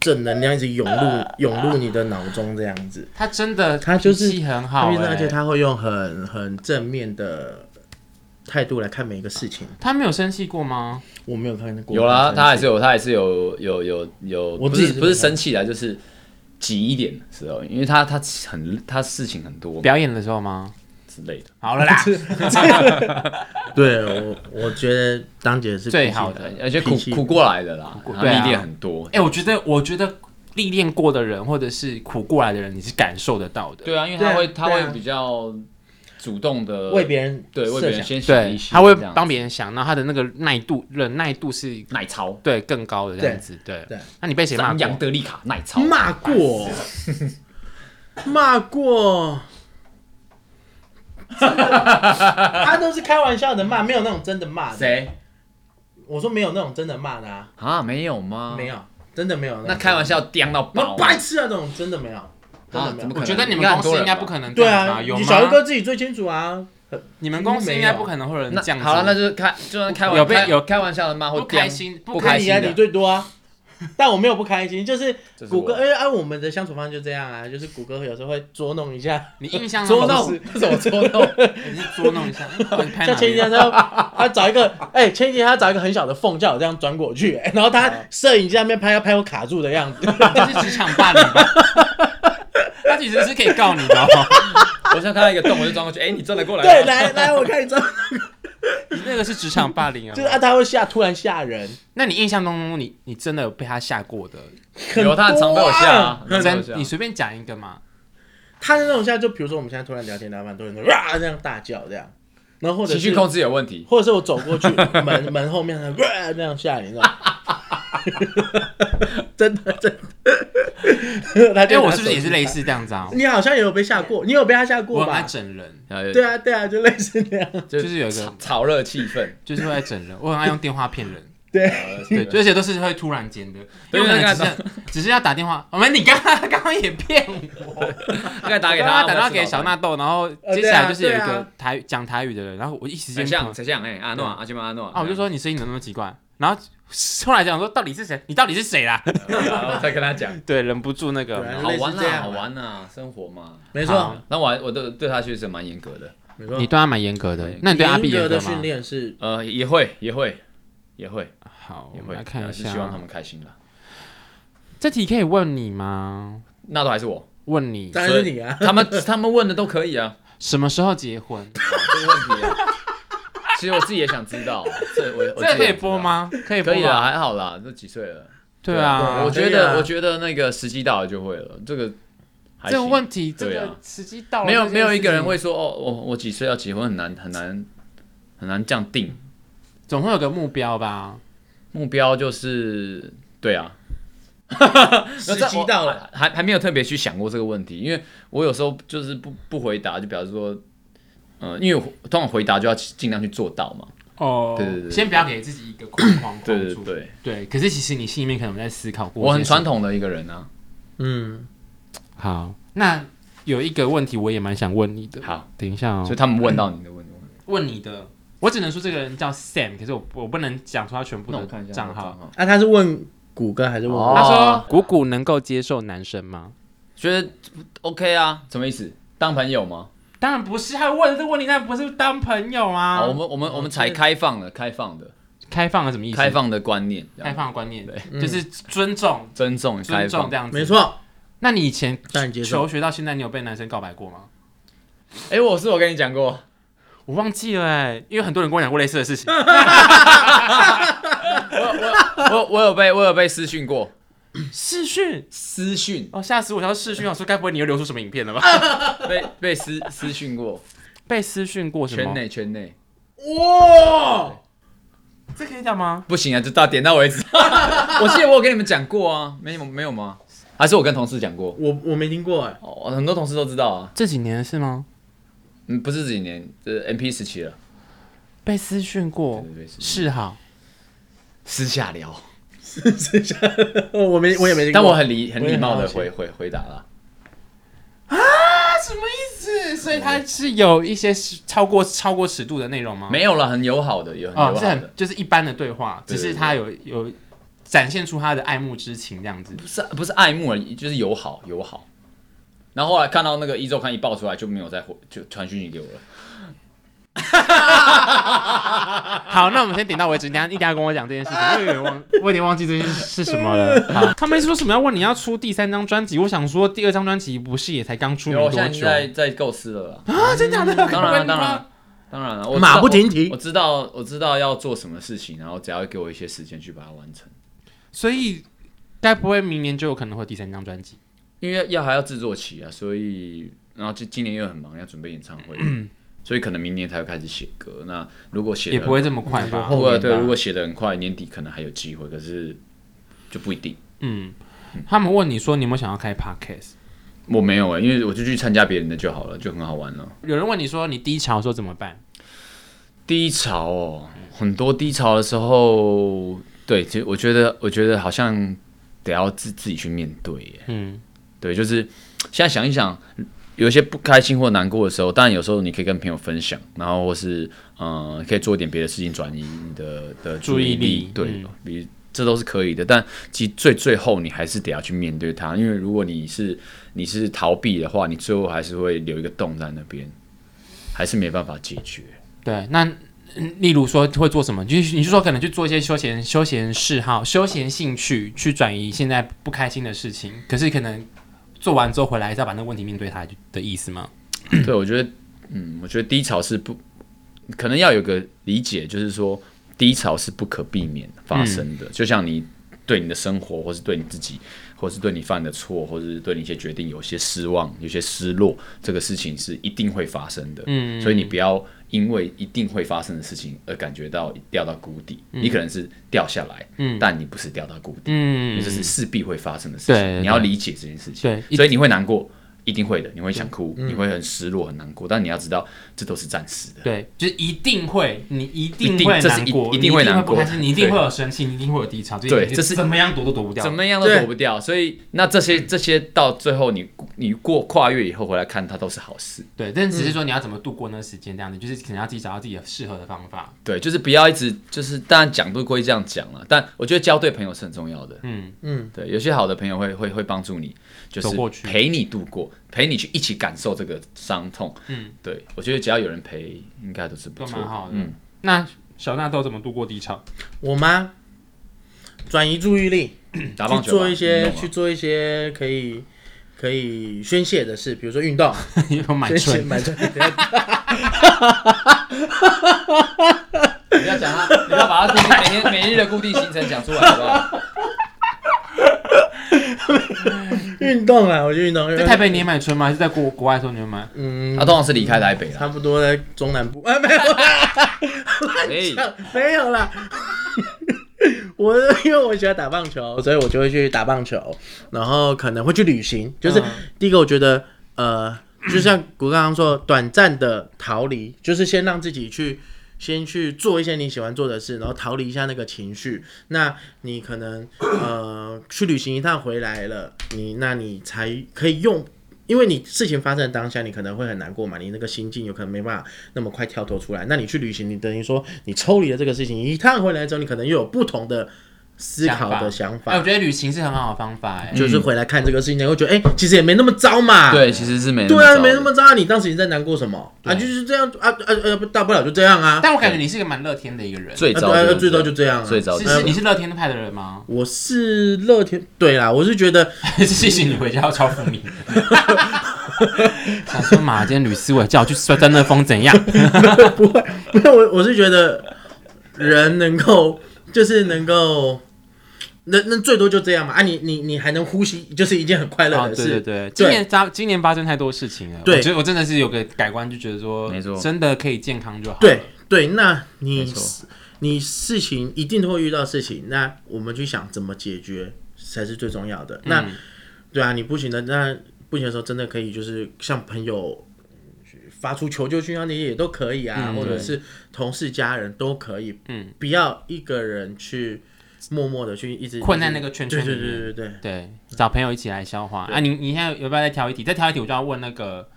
Speaker 2: 正能量一直涌
Speaker 3: (laughs)
Speaker 2: 入涌入你的脑中这样子。
Speaker 1: 他真的，
Speaker 2: 他就是
Speaker 1: 脾气很好欸，
Speaker 2: 而且他会用很很正面的态度来看每一个事情。
Speaker 1: 他没有生气过吗？
Speaker 2: 我没有看过，
Speaker 3: 有啦，他还是有，他还是有有有有，
Speaker 2: 我
Speaker 3: 不
Speaker 2: 自己
Speaker 3: 是
Speaker 2: 是
Speaker 3: 不是
Speaker 2: 没看
Speaker 3: 生气啦，就是急一点的时候，因为他他很他事情很多
Speaker 1: 表演的时候吗？
Speaker 3: 之类的。
Speaker 1: 好
Speaker 2: (laughs)
Speaker 1: 了啦，
Speaker 2: 对我，我觉得当姐是
Speaker 1: 最好
Speaker 2: 脾气
Speaker 1: 的
Speaker 3: 对而且苦
Speaker 2: 脾气
Speaker 3: 苦过来的啦，
Speaker 1: 过
Speaker 3: 他
Speaker 1: 对啊
Speaker 3: 历练很多。
Speaker 1: 哎、我觉得，我觉得历练过的人，或者是苦过来的人，你是感受得到的。
Speaker 3: 对啊，因为他会
Speaker 2: 对啊
Speaker 3: 他
Speaker 2: 对啊
Speaker 3: 会比较主动的
Speaker 2: 为别人
Speaker 3: 对为别人
Speaker 2: 设想
Speaker 3: 先想一
Speaker 1: 对，
Speaker 3: 些
Speaker 1: 他会
Speaker 3: 这样
Speaker 1: 帮别人想，然后他的那个耐度、忍耐度是
Speaker 3: 耐操，
Speaker 1: 对更高的这样子。对，
Speaker 2: 对
Speaker 1: 那你被谁骂
Speaker 3: 张扬
Speaker 1: 过？
Speaker 3: 德利卡耐操，
Speaker 2: 骂
Speaker 3: (laughs)
Speaker 2: 过，骂过。真的他都是开玩笑的骂，没有那种真的骂的。
Speaker 3: 谁
Speaker 2: 我说没有那种真的骂的啊，
Speaker 3: 啊？没有吗？
Speaker 2: 没。有，真的没有种。
Speaker 3: 那开玩笑颠到
Speaker 2: 那
Speaker 3: 爆，
Speaker 2: 白痴啊，这种真的没有，真的
Speaker 3: 啊
Speaker 2: 没有
Speaker 3: 怎么可。
Speaker 1: 我
Speaker 3: 能
Speaker 1: 觉得你
Speaker 3: 应
Speaker 1: 们
Speaker 3: 该
Speaker 1: 公
Speaker 3: 很
Speaker 1: 司
Speaker 3: 多
Speaker 1: 应
Speaker 3: 人
Speaker 1: 该
Speaker 3: 吧
Speaker 1: 不可能
Speaker 2: 对
Speaker 1: 这样子
Speaker 2: 啊，
Speaker 1: 吧有
Speaker 2: 你小鱼
Speaker 1: 吗？
Speaker 2: 哥自己最清楚啊。
Speaker 1: 你们公司应该不可能会有人
Speaker 3: 那
Speaker 1: 这样子。
Speaker 3: 好了，那就是开，就算开玩
Speaker 1: 有被
Speaker 3: 开
Speaker 1: 有
Speaker 3: 开玩笑的骂或
Speaker 1: 不开心，不
Speaker 3: 不
Speaker 1: 开
Speaker 3: 开
Speaker 2: 你
Speaker 1: 心
Speaker 3: 心
Speaker 2: 啊，
Speaker 3: 的
Speaker 2: 你最多
Speaker 3: (laughs)
Speaker 2: 啊。但我没有不开心，就是
Speaker 3: 这是我
Speaker 2: 谷歌，因为按我们的相处方式就这样啊，就是谷歌有时候会捉弄一下，
Speaker 1: 你印象
Speaker 2: 捉
Speaker 1: 中
Speaker 2: 弄
Speaker 1: 是，
Speaker 3: (laughs) 这怎么捉
Speaker 2: (laughs)
Speaker 3: 弄？
Speaker 1: 你是捉弄一
Speaker 3: (laughs)
Speaker 1: 下，嗯哦你拍哪
Speaker 2: 像前几
Speaker 1: 里啊
Speaker 2: 天他他找一个，哎、前几天他找一个很小的缝，叫我这样钻过去、哎然后他摄影机在那边拍，要拍我卡住的样
Speaker 3: (laughs)
Speaker 2: 子，
Speaker 1: (laughs)
Speaker 3: 啊
Speaker 1: 这是职场霸凌
Speaker 2: (laughs)
Speaker 1: 吧？他其实是可以告你的哦，
Speaker 3: 我想看到一个洞，我就钻过去。哎，你钻得过来吗？
Speaker 2: 对，来来，我看你钻，
Speaker 1: 你那个是职场霸凌啊。
Speaker 2: 就是啊，他会吓，突然吓人，
Speaker 1: 那你印象中你，你真的有被他吓过的？
Speaker 3: 有他很常被我吓啊，很常被我
Speaker 1: 真，
Speaker 3: 吓
Speaker 1: 你随便讲一个嘛。
Speaker 2: 他的那种吓，就比如说我们现在突然聊天，然后很多人都哇这样大叫这样，然后或者
Speaker 3: 情绪
Speaker 2: 是
Speaker 3: 控制有问题。
Speaker 2: 或者是我走过去 (laughs) 门门后面，哇这样吓你，知道吗？ (laughs) 真的真的， (laughs) 他
Speaker 1: 哎、
Speaker 2: 就
Speaker 1: 我
Speaker 2: 拿
Speaker 1: 是不是
Speaker 2: 手
Speaker 1: 也是
Speaker 2: 机
Speaker 1: 类
Speaker 2: 拍？
Speaker 1: 似这样子啊？
Speaker 2: 你好像也有被 (laughs) 吓过，你有被他吓
Speaker 1: 我
Speaker 2: 过
Speaker 1: 很爱
Speaker 2: 吧？
Speaker 1: 整人，
Speaker 3: 呃
Speaker 2: 对，啊，对啊，就类似那样。
Speaker 1: 就
Speaker 3: 就是
Speaker 1: 有一个
Speaker 3: 炒，炒热气氛。呃
Speaker 1: 就是会爱整人，我很爱用电话骗人。
Speaker 2: 对，
Speaker 1: 对，而且都是会突然间的，因
Speaker 3: 对
Speaker 1: 为我可能
Speaker 3: 那
Speaker 1: 只
Speaker 3: 个
Speaker 1: 是 (laughs) 只是要打电话。我哦们你刚刚 (laughs) 刚刚也骗我，
Speaker 3: 应该打给
Speaker 1: 刚
Speaker 3: 他，
Speaker 1: 刚打电话给小纳豆，然后接
Speaker 2: 对
Speaker 1: 下
Speaker 2: 啊
Speaker 1: 来就是有一
Speaker 2: 对
Speaker 1: 个
Speaker 2: 啊
Speaker 1: 台讲台语的人，然后我一时
Speaker 3: 谁
Speaker 1: 间
Speaker 3: 像谁像哎阿诺啊阿金巴阿诺
Speaker 1: 啊，我就说你声音怎么那么奇怪？然后后来想说到底是谁？你到底是谁啦？
Speaker 3: 然后再跟他讲，
Speaker 1: 对，忍不住那个
Speaker 2: 对啊
Speaker 3: 好玩
Speaker 2: 类似这
Speaker 3: 啦，
Speaker 2: 样
Speaker 3: 好玩
Speaker 1: 啊
Speaker 3: 啦，生活嘛。
Speaker 2: 没
Speaker 1: 好
Speaker 2: 错，
Speaker 3: 那我还我对对他确实蛮严格的，
Speaker 2: 没错
Speaker 1: 你。对他蛮严格的，那你对阿碧
Speaker 2: 严
Speaker 1: 严
Speaker 2: 格
Speaker 1: 格
Speaker 2: 的
Speaker 1: 吗？
Speaker 2: 训练是
Speaker 3: 呃，也会也会也会
Speaker 1: 好，我
Speaker 3: 也
Speaker 1: 们
Speaker 3: 会
Speaker 1: 来，看
Speaker 3: 还
Speaker 1: 一
Speaker 3: 是希望他
Speaker 1: 下，啊
Speaker 3: 们开心啦。
Speaker 1: 这题可以问你吗？
Speaker 3: 那都还是我，
Speaker 1: 问你
Speaker 2: 当然是你啊，
Speaker 3: 他们他们问的都可以啊，
Speaker 1: 什么时候结婚？
Speaker 3: 这个问题啊。其实我自己也想知道，这我我自己
Speaker 1: 这可以
Speaker 3: 也知道
Speaker 1: 播？吗？可以播
Speaker 3: 可以啊，
Speaker 1: 吧？
Speaker 3: 还好啦，都几岁了？
Speaker 1: 对啊
Speaker 3: 我，觉
Speaker 2: 可以啊
Speaker 3: 得我觉得那个时机到了就会了，这个还
Speaker 1: 这个
Speaker 3: 行
Speaker 1: 问题，这
Speaker 3: 对啊
Speaker 1: 个时机到了，
Speaker 3: 没有
Speaker 1: 这件
Speaker 3: 没有一个
Speaker 1: 事
Speaker 3: 人
Speaker 1: 情，
Speaker 3: 会说哦，我我几岁要结婚很难很难很难这样定
Speaker 1: 总会有个目标吧？
Speaker 3: 目标，就是对啊，
Speaker 2: (laughs) 时
Speaker 3: 那这
Speaker 2: 机到了，
Speaker 3: 我还还没有特别去想过这个问题，因为我有时候就是不不回答，就表示说，呃，因为我通常回答就要尽量去做到嘛，
Speaker 1: 哦
Speaker 3: 对对对
Speaker 1: 先不要给自己一个框框
Speaker 3: 对对
Speaker 1: 框住。
Speaker 3: 对，
Speaker 1: 对，可是其实你心里面可能在思考过。
Speaker 3: 我很传。统的一个人啊，
Speaker 2: 嗯，
Speaker 1: 好，那有一个问题我也蛮想问你的。
Speaker 3: 好，
Speaker 1: 等一下
Speaker 3: 所以
Speaker 1: 哦，
Speaker 3: 他们问到你的问题，
Speaker 1: 问你的，我只能说这个人叫 Sam，可是我我不能讲出他全部
Speaker 3: 那我
Speaker 1: 的
Speaker 3: 看一下
Speaker 1: 账号。
Speaker 3: 号，
Speaker 2: 啊，他是问谷歌还是问
Speaker 3: 哦
Speaker 2: 我？
Speaker 1: 他说：“谷谷能够接受男生吗
Speaker 3: 觉得 OK 啊，什么意思？当朋友吗？？”
Speaker 1: 当然不是，他问的这个问题，那不是当朋友啊。
Speaker 3: 哦好，我们我们我们才开放了，开放的
Speaker 1: 开放了什么意思？
Speaker 3: 开放的观念，这样
Speaker 1: 开放的观念，嗯就是尊重、
Speaker 3: 尊重开
Speaker 1: 尊重
Speaker 3: 放
Speaker 1: 这。样子。
Speaker 2: 没。错，
Speaker 1: 那你以前
Speaker 2: 但接受
Speaker 1: 求学到现在，你有被男生告白过吗？
Speaker 3: 哎，我是我跟你讲过，
Speaker 1: 我忘记了、欸，因为很多人跟我讲过类似的事情。
Speaker 3: 嗯
Speaker 1: (laughs)
Speaker 3: 我我有被我有被私讯过，
Speaker 1: 视讯
Speaker 3: 私讯
Speaker 1: 哦，吓死我！想到视讯，我说该不会你又流出什么影片了吧？
Speaker 3: 嗯被被私私讯过，
Speaker 1: 被私讯过 (laughs) 什么？
Speaker 3: 圈内圈内。
Speaker 2: 哇，
Speaker 1: 这可以讲吗？
Speaker 3: 不行啊，就到点到为止。 (laughs) 我记得我有跟你们讲过啊，没有没有吗？还是我跟同事讲过？
Speaker 2: 我我没听过 (laughs) 哎，
Speaker 3: 哦，很多同事都知道啊。
Speaker 1: 这几年是吗？
Speaker 3: 嗯，不是这几年，这 M P 时期了，
Speaker 1: 被私讯过
Speaker 3: 对对对是
Speaker 1: 是好，
Speaker 3: 私下聊。
Speaker 2: 我没我也没听过，
Speaker 3: 但我很礼很
Speaker 2: 我也
Speaker 3: 礼
Speaker 2: 很
Speaker 3: 貌的
Speaker 2: 好奇
Speaker 3: 回回回答了。
Speaker 1: 那什么意思？所以它是有一些是超过超过尺度的内容吗？
Speaker 3: 没有了，很友好的，有很
Speaker 1: 哦，
Speaker 3: 友好
Speaker 1: 啊是
Speaker 3: 的
Speaker 1: 很。就是一般的对话，
Speaker 3: 对
Speaker 1: 只
Speaker 3: 对
Speaker 1: 是他有有展现出他的爱慕之情这样子。
Speaker 3: 不是不是爱慕而已，就是友好友好。然后后来看到那个一周刊一爆出来，就没有再回，就传讯息给我了。
Speaker 1: 好，那我们先点到为止。你等一下一定要跟我讲这件事情， (laughs) 我有点忘，我有点忘记这件事是什么了。 (laughs) 好，他们说什么要问你要出第三张专辑，我想说第二张专辑不是也才刚出没
Speaker 3: 因为我
Speaker 1: 嗯多
Speaker 3: 现
Speaker 1: 久
Speaker 3: 在在在构思了啦。
Speaker 1: 啊？真 (laughs) 假的？
Speaker 3: 当然了，
Speaker 1: 你
Speaker 3: 当然
Speaker 1: 吗
Speaker 3: 了，当然啊了。我知
Speaker 2: 马
Speaker 3: 道
Speaker 2: 不停蹄
Speaker 3: 我我知道，我知道要做什么事情，然后只要给我一些时间去把它完成。
Speaker 1: 所以该不会明年就有可能会有第三张专辑？
Speaker 3: 因为要还要制作期啊，所以然后今今年又很忙，要准备演唱会，所以可能明年才会开始写歌。那如果写
Speaker 1: 也
Speaker 3: 得
Speaker 1: 啊不会这么快吧？
Speaker 3: 如
Speaker 2: 后
Speaker 3: 果
Speaker 2: 面吧
Speaker 3: 对，如果写的很快，年底可能还有机会，可是就不一定。
Speaker 1: 嗯，他们问你说你有没有想要开 podcast？
Speaker 3: 我没有哎、因为我就去参加别人的就好了，就很好玩了。
Speaker 1: 有人问你说你低潮的时候怎么办？
Speaker 3: 低潮哦，很多低潮的时候，对，其实我觉得，我觉得好像得要自自己去面对耶。
Speaker 1: 嗯，
Speaker 3: 对，就是现在想一想，有一些不开心或难过的时候，当然有时候你可以跟朋友分享，然后或是嗯、呃可以做一点别的事情转移你的的
Speaker 1: 注
Speaker 3: 注
Speaker 1: 意
Speaker 3: 意
Speaker 1: 力
Speaker 3: 对
Speaker 1: 嗯，
Speaker 3: 比、这都是可以的。但其实最最后你还是得要去面对它，因为如果你是你是逃避的话，你最后还是会留一个洞在那边，还是没办法解决。
Speaker 1: 对，那。嗯例如说会做什么？就是你是说可能去做一些休闲、休闲嗜好、休闲兴趣，去转移现在不开心的事情。可是可能做完之后回来，再把那个问题面对它的意思吗？
Speaker 3: 对，我觉得，嗯，我觉得低潮是不可能要有个理解，就是说低潮是不可避免
Speaker 1: 嗯
Speaker 3: 发生的，就像你对你的生活，或是对你自己，或是对你犯的错，或是对你一些决定有些失望、有些失落，这个事情是一定会发生的。
Speaker 1: 嗯
Speaker 3: 所以你不要因为一定会发生的事情而感觉到掉到谷底，你可能是掉下来，
Speaker 1: 嗯
Speaker 3: 但你不是掉到谷底，
Speaker 1: 嗯
Speaker 3: 这是势必会发生的事情，
Speaker 1: 对
Speaker 3: 你要
Speaker 1: 对
Speaker 3: 理解这件事情。
Speaker 1: 对一嗯
Speaker 3: 所以你会难过，一定会的，你会想哭，你会很失落、很难过，但你要知道，这都是暂时的。
Speaker 1: 对，就是一定会，你一定
Speaker 3: 一定
Speaker 1: 会
Speaker 3: 这是
Speaker 1: 难
Speaker 3: 一
Speaker 1: 过，
Speaker 3: 一定
Speaker 1: 你
Speaker 3: 会
Speaker 1: 一定
Speaker 3: 难
Speaker 1: 不开
Speaker 3: 过
Speaker 1: 心，你一定
Speaker 3: 对
Speaker 1: 会有生气，你一定会有低潮，
Speaker 3: 对
Speaker 1: 一定
Speaker 3: 这是
Speaker 1: 怎么样躲都躲不掉嗯
Speaker 3: 怎。么样都
Speaker 2: 对
Speaker 3: 躲不掉，所以那这些这些到最后你你过跨越以后回来看它都是好事，
Speaker 1: 对，但只是
Speaker 3: 嗯
Speaker 1: 说你要怎么度过那个时间，这样子，就是可能要自己找到自己的适合的方法。
Speaker 3: 对，就是不要一直就是当然讲不归这样讲了，但我觉得交对朋友是很重要的，
Speaker 1: 嗯
Speaker 3: 嗯，对，有些好的朋友会会会帮助你，就
Speaker 5: 走过
Speaker 3: 是
Speaker 5: 去
Speaker 3: 陪你度过，陪你去一起感受这个伤痛，
Speaker 1: 嗯，
Speaker 3: 对我觉得只要有人陪，应该都是不
Speaker 1: 都
Speaker 3: 错
Speaker 1: 蛮好的
Speaker 3: 嗯，
Speaker 1: 那小纳豆怎么度过低潮？
Speaker 3: (laughs)
Speaker 2: 我妈转移注意力，
Speaker 3: 打棒
Speaker 2: 去
Speaker 3: 球
Speaker 2: 做
Speaker 3: 吧
Speaker 2: 一些
Speaker 3: 运动啊
Speaker 2: 去做一些可以可以宣泄的事，比如说运
Speaker 1: (laughs)
Speaker 2: 动，
Speaker 1: 有买
Speaker 2: 宣泄
Speaker 1: 啊春，
Speaker 2: (laughs) 买春，
Speaker 3: 不要讲他，你要把他固定每天每日的固定行程讲出来好不好？
Speaker 2: 运动啊，我去运动。
Speaker 1: 在台北你也买春吗？还是在国国外的时候你会买？
Speaker 2: 嗯，
Speaker 3: (laughs) 他通常是离开台北
Speaker 2: 差
Speaker 3: 了，
Speaker 2: 不多在中南
Speaker 1: (laughs)
Speaker 2: 部，哎，没有啦，
Speaker 3: 哎，
Speaker 2: (laughs) 没有啦。我因为我喜欢打棒球，所以我就会去打棒球，然后可能会去旅行。就是、
Speaker 1: 嗯
Speaker 2: 第一个，我觉得呃，就像我刚刚说，短暂的逃离，就是先让自己去先去做一些你喜欢做的事，然后逃离一下那个情绪。那你可能呃去旅行一趟回来了，你那你才可以用。因为你事情发生的当下，你可能会很难过嘛，你那个心境有可能没办法那么快跳脱出来。那你去旅行，你等于说你抽离了这个事情，一趟回来之后，你可能又有不同的思考的想
Speaker 1: 哎，我
Speaker 2: 法，
Speaker 1: 觉得旅行是很好的方法，哎，
Speaker 2: 就是回来看这个事情，你会觉得哎、其实也没那么糟嘛。
Speaker 3: 对，其实是没
Speaker 2: 对啊，没
Speaker 3: 糟
Speaker 2: 那
Speaker 3: 的
Speaker 2: 么糟啊！你当时你在难过什么啊？就是这样啊啊啊！不大不了就这样啊。
Speaker 1: 但我感觉你是一个蛮乐天的一个人，
Speaker 3: 最
Speaker 2: 啊
Speaker 3: 糟
Speaker 2: 对啊
Speaker 3: 就是
Speaker 2: 最
Speaker 3: 这
Speaker 2: 多
Speaker 3: 样
Speaker 2: 就这样啊。
Speaker 3: 最糟
Speaker 1: 是
Speaker 3: 就是这
Speaker 1: 你
Speaker 3: 样
Speaker 1: 是乐天派的人吗？ (laughs)
Speaker 2: 我是乐天，对啦，我是觉得 (laughs)
Speaker 1: 还是谢谢你回家要超负面？ (laughs) 想说嘛，今天吕思伟叫我去摔断那风怎样？
Speaker 2: 不会，没有我我是觉得人能够就是能够，那那最多就这样嘛啊！你你你还能呼吸，就是一件很快乐
Speaker 1: 啊，
Speaker 2: 的
Speaker 1: 对对
Speaker 2: 事。
Speaker 1: 对，今年发今年发生太多事情了，
Speaker 2: 对
Speaker 1: 我觉得我真的是有个改观，就觉得说，
Speaker 3: 没错
Speaker 1: 真的可以健康就好，嗯
Speaker 2: 对，对，那你
Speaker 3: 没错
Speaker 2: 你事情一定会遇到事情，那我们去想怎么解决才是最重要的。
Speaker 3: 嗯
Speaker 2: 那对啊，你不行的，那不行的时候，真的可以就是向朋友发出求救讯号，你也都可以啊，
Speaker 1: 嗯
Speaker 2: 或者
Speaker 3: 对
Speaker 2: 是同事、家人都可以。
Speaker 1: 嗯，
Speaker 2: 不要一个人去默默的去一直
Speaker 1: 困在那个圈圈
Speaker 2: 对
Speaker 1: 里面
Speaker 2: 对对对对，
Speaker 1: 对，找朋友一起来消化啊！你你现在有不要再挑一题？再挑一题，我就要问那个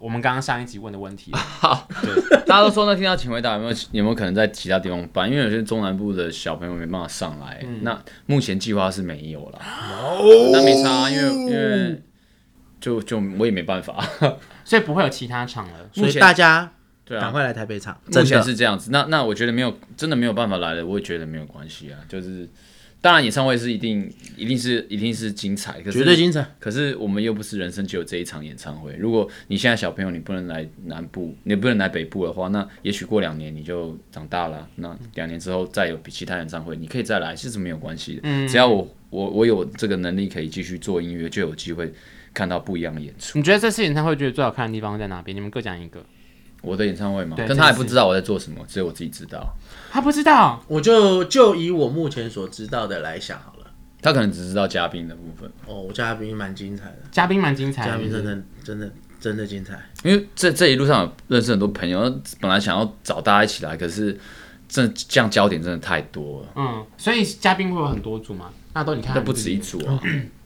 Speaker 1: 我们刚刚上一集问的问题了。
Speaker 3: (laughs) 大家都说那听到请回答有没有有没有可能在其他地方办？因为有些中南部的小朋友没办法上来，那目前计划是没有了。那没差啊，因为因为就就我也没办法。
Speaker 1: 所以不会有其他场了。
Speaker 2: 所
Speaker 3: 目
Speaker 2: 以
Speaker 3: 前
Speaker 2: 大家
Speaker 3: 对
Speaker 2: 赶
Speaker 3: 啊，
Speaker 2: 快来台北场，
Speaker 3: 目
Speaker 2: 真
Speaker 3: 前
Speaker 2: 的
Speaker 3: 是这样子。那那我觉得没有真的没有办法来的，我也觉得没有关系啊。就是当然演唱会是一定一定是一定是精彩，可是
Speaker 2: 绝对精彩。
Speaker 3: 可是我们又不是人生只有这一场演唱会。如果你现在小朋友你不能来南部，你不能来北部的话，那也许过两年你就长大了。啊那两年之后再有比其他演唱会，你可以再来，其实没有关系的。
Speaker 1: 嗯
Speaker 2: 嗯
Speaker 3: 只要我我我有这个能力可以继续做音乐，就有机会看到不一样的演出。
Speaker 1: 你觉得这次演唱会觉得最好看的地方在哪边？你们各讲一个。
Speaker 3: 我的演唱会嘛
Speaker 1: 对，
Speaker 3: 但他
Speaker 1: 这
Speaker 3: 也
Speaker 1: 个
Speaker 3: 不
Speaker 1: 是
Speaker 3: 知道我在做什么，只有我自己知道。
Speaker 1: 他不知道，
Speaker 2: 我就就以我目前所知道的来想好了。
Speaker 3: 他可能只知道嘉宾的部分，
Speaker 2: 哦，我嘉宾蛮精彩的，
Speaker 1: 嘉宾蛮精彩
Speaker 2: 嘉
Speaker 1: 的，
Speaker 2: 宾真的真的真的精彩。
Speaker 3: 因为这这一路上有认识很多朋友，本来想要找大家一起来，可是这这样焦点真的太多了，
Speaker 1: 嗯，所以嘉宾会有很多组吗？那都你看，
Speaker 3: 那不止一，组嗯啊。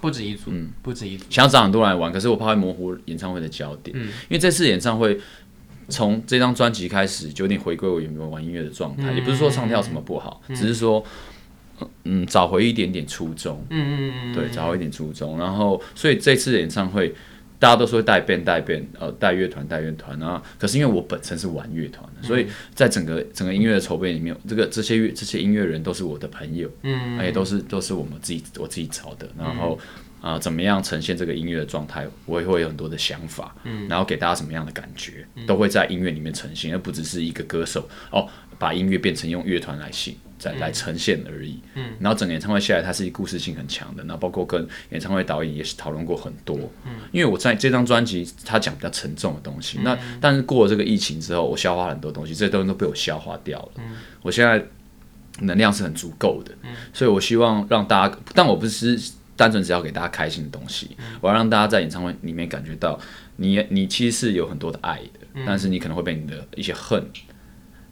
Speaker 1: 不止一组，不止一组。
Speaker 3: 想要找很多人来玩，可是我怕会模糊演唱会的焦点，
Speaker 1: 嗯
Speaker 3: 因为这次演唱会从这张专辑开始就有点回归我原本玩音乐的状
Speaker 1: 嗯
Speaker 3: 态，也不是说唱跳什么不好，只是说。嗯，找回一点点初衷，
Speaker 1: 嗯嗯嗯嗯，
Speaker 3: 对，找回一点初衷。然后，所以这次演唱会，大家都说带 band 带 band，呃，带乐团带乐团啊。可是因为我本身是玩乐团
Speaker 1: 嗯
Speaker 3: 的，所以在整个整个音乐的筹备里面，这个这些乐这些音乐人都是我的朋友，
Speaker 1: 嗯，
Speaker 3: 而且都是都是我们自己我自己找的，然后啊、呃怎么样呈现这个音乐的状态，我也会有很多的想法，然后给大家什么样的感觉，都会在音乐里面呈现，而不只是一个歌手哦把音乐变成用乐团来行再来呈现而已。然后整个演唱会下来，它是一故事性很强的，然后包括跟演唱会导演也是讨论过很多，因为我在这张专辑他讲比较沉重的东西，那但是过了这个疫情之后，我消化了很多东西，这些东西都被我消化掉了，嗯我现在能量是很足够的，所以我希望让大家，但我不是单纯只要给大家开心的东西，我要让大家在演唱会里面感觉到你你其实是有很多的爱的，但是你可能会被你的一些恨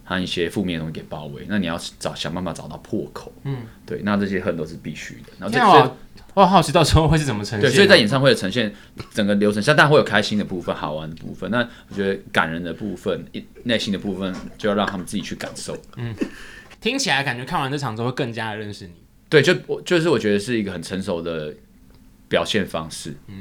Speaker 3: 和一些负面的东西给包围，那你要找想办法找到破口，嗯，对，那这些恨都是必须的，然后这
Speaker 1: 天
Speaker 3: 所以
Speaker 1: 啊，我好奇到时候会是怎么呈现
Speaker 3: 对，
Speaker 1: 的。
Speaker 3: 所以在演唱会的呈现整个流程下，当然会有开心的部分、好玩的部分，那我觉得感人的部分、一内心的部分，就要让他们自己去感受。
Speaker 1: 听起来感觉看完这场之后会更加的认识你，
Speaker 3: 对，就我就是我觉得是一个很成熟的表现方式，
Speaker 1: 我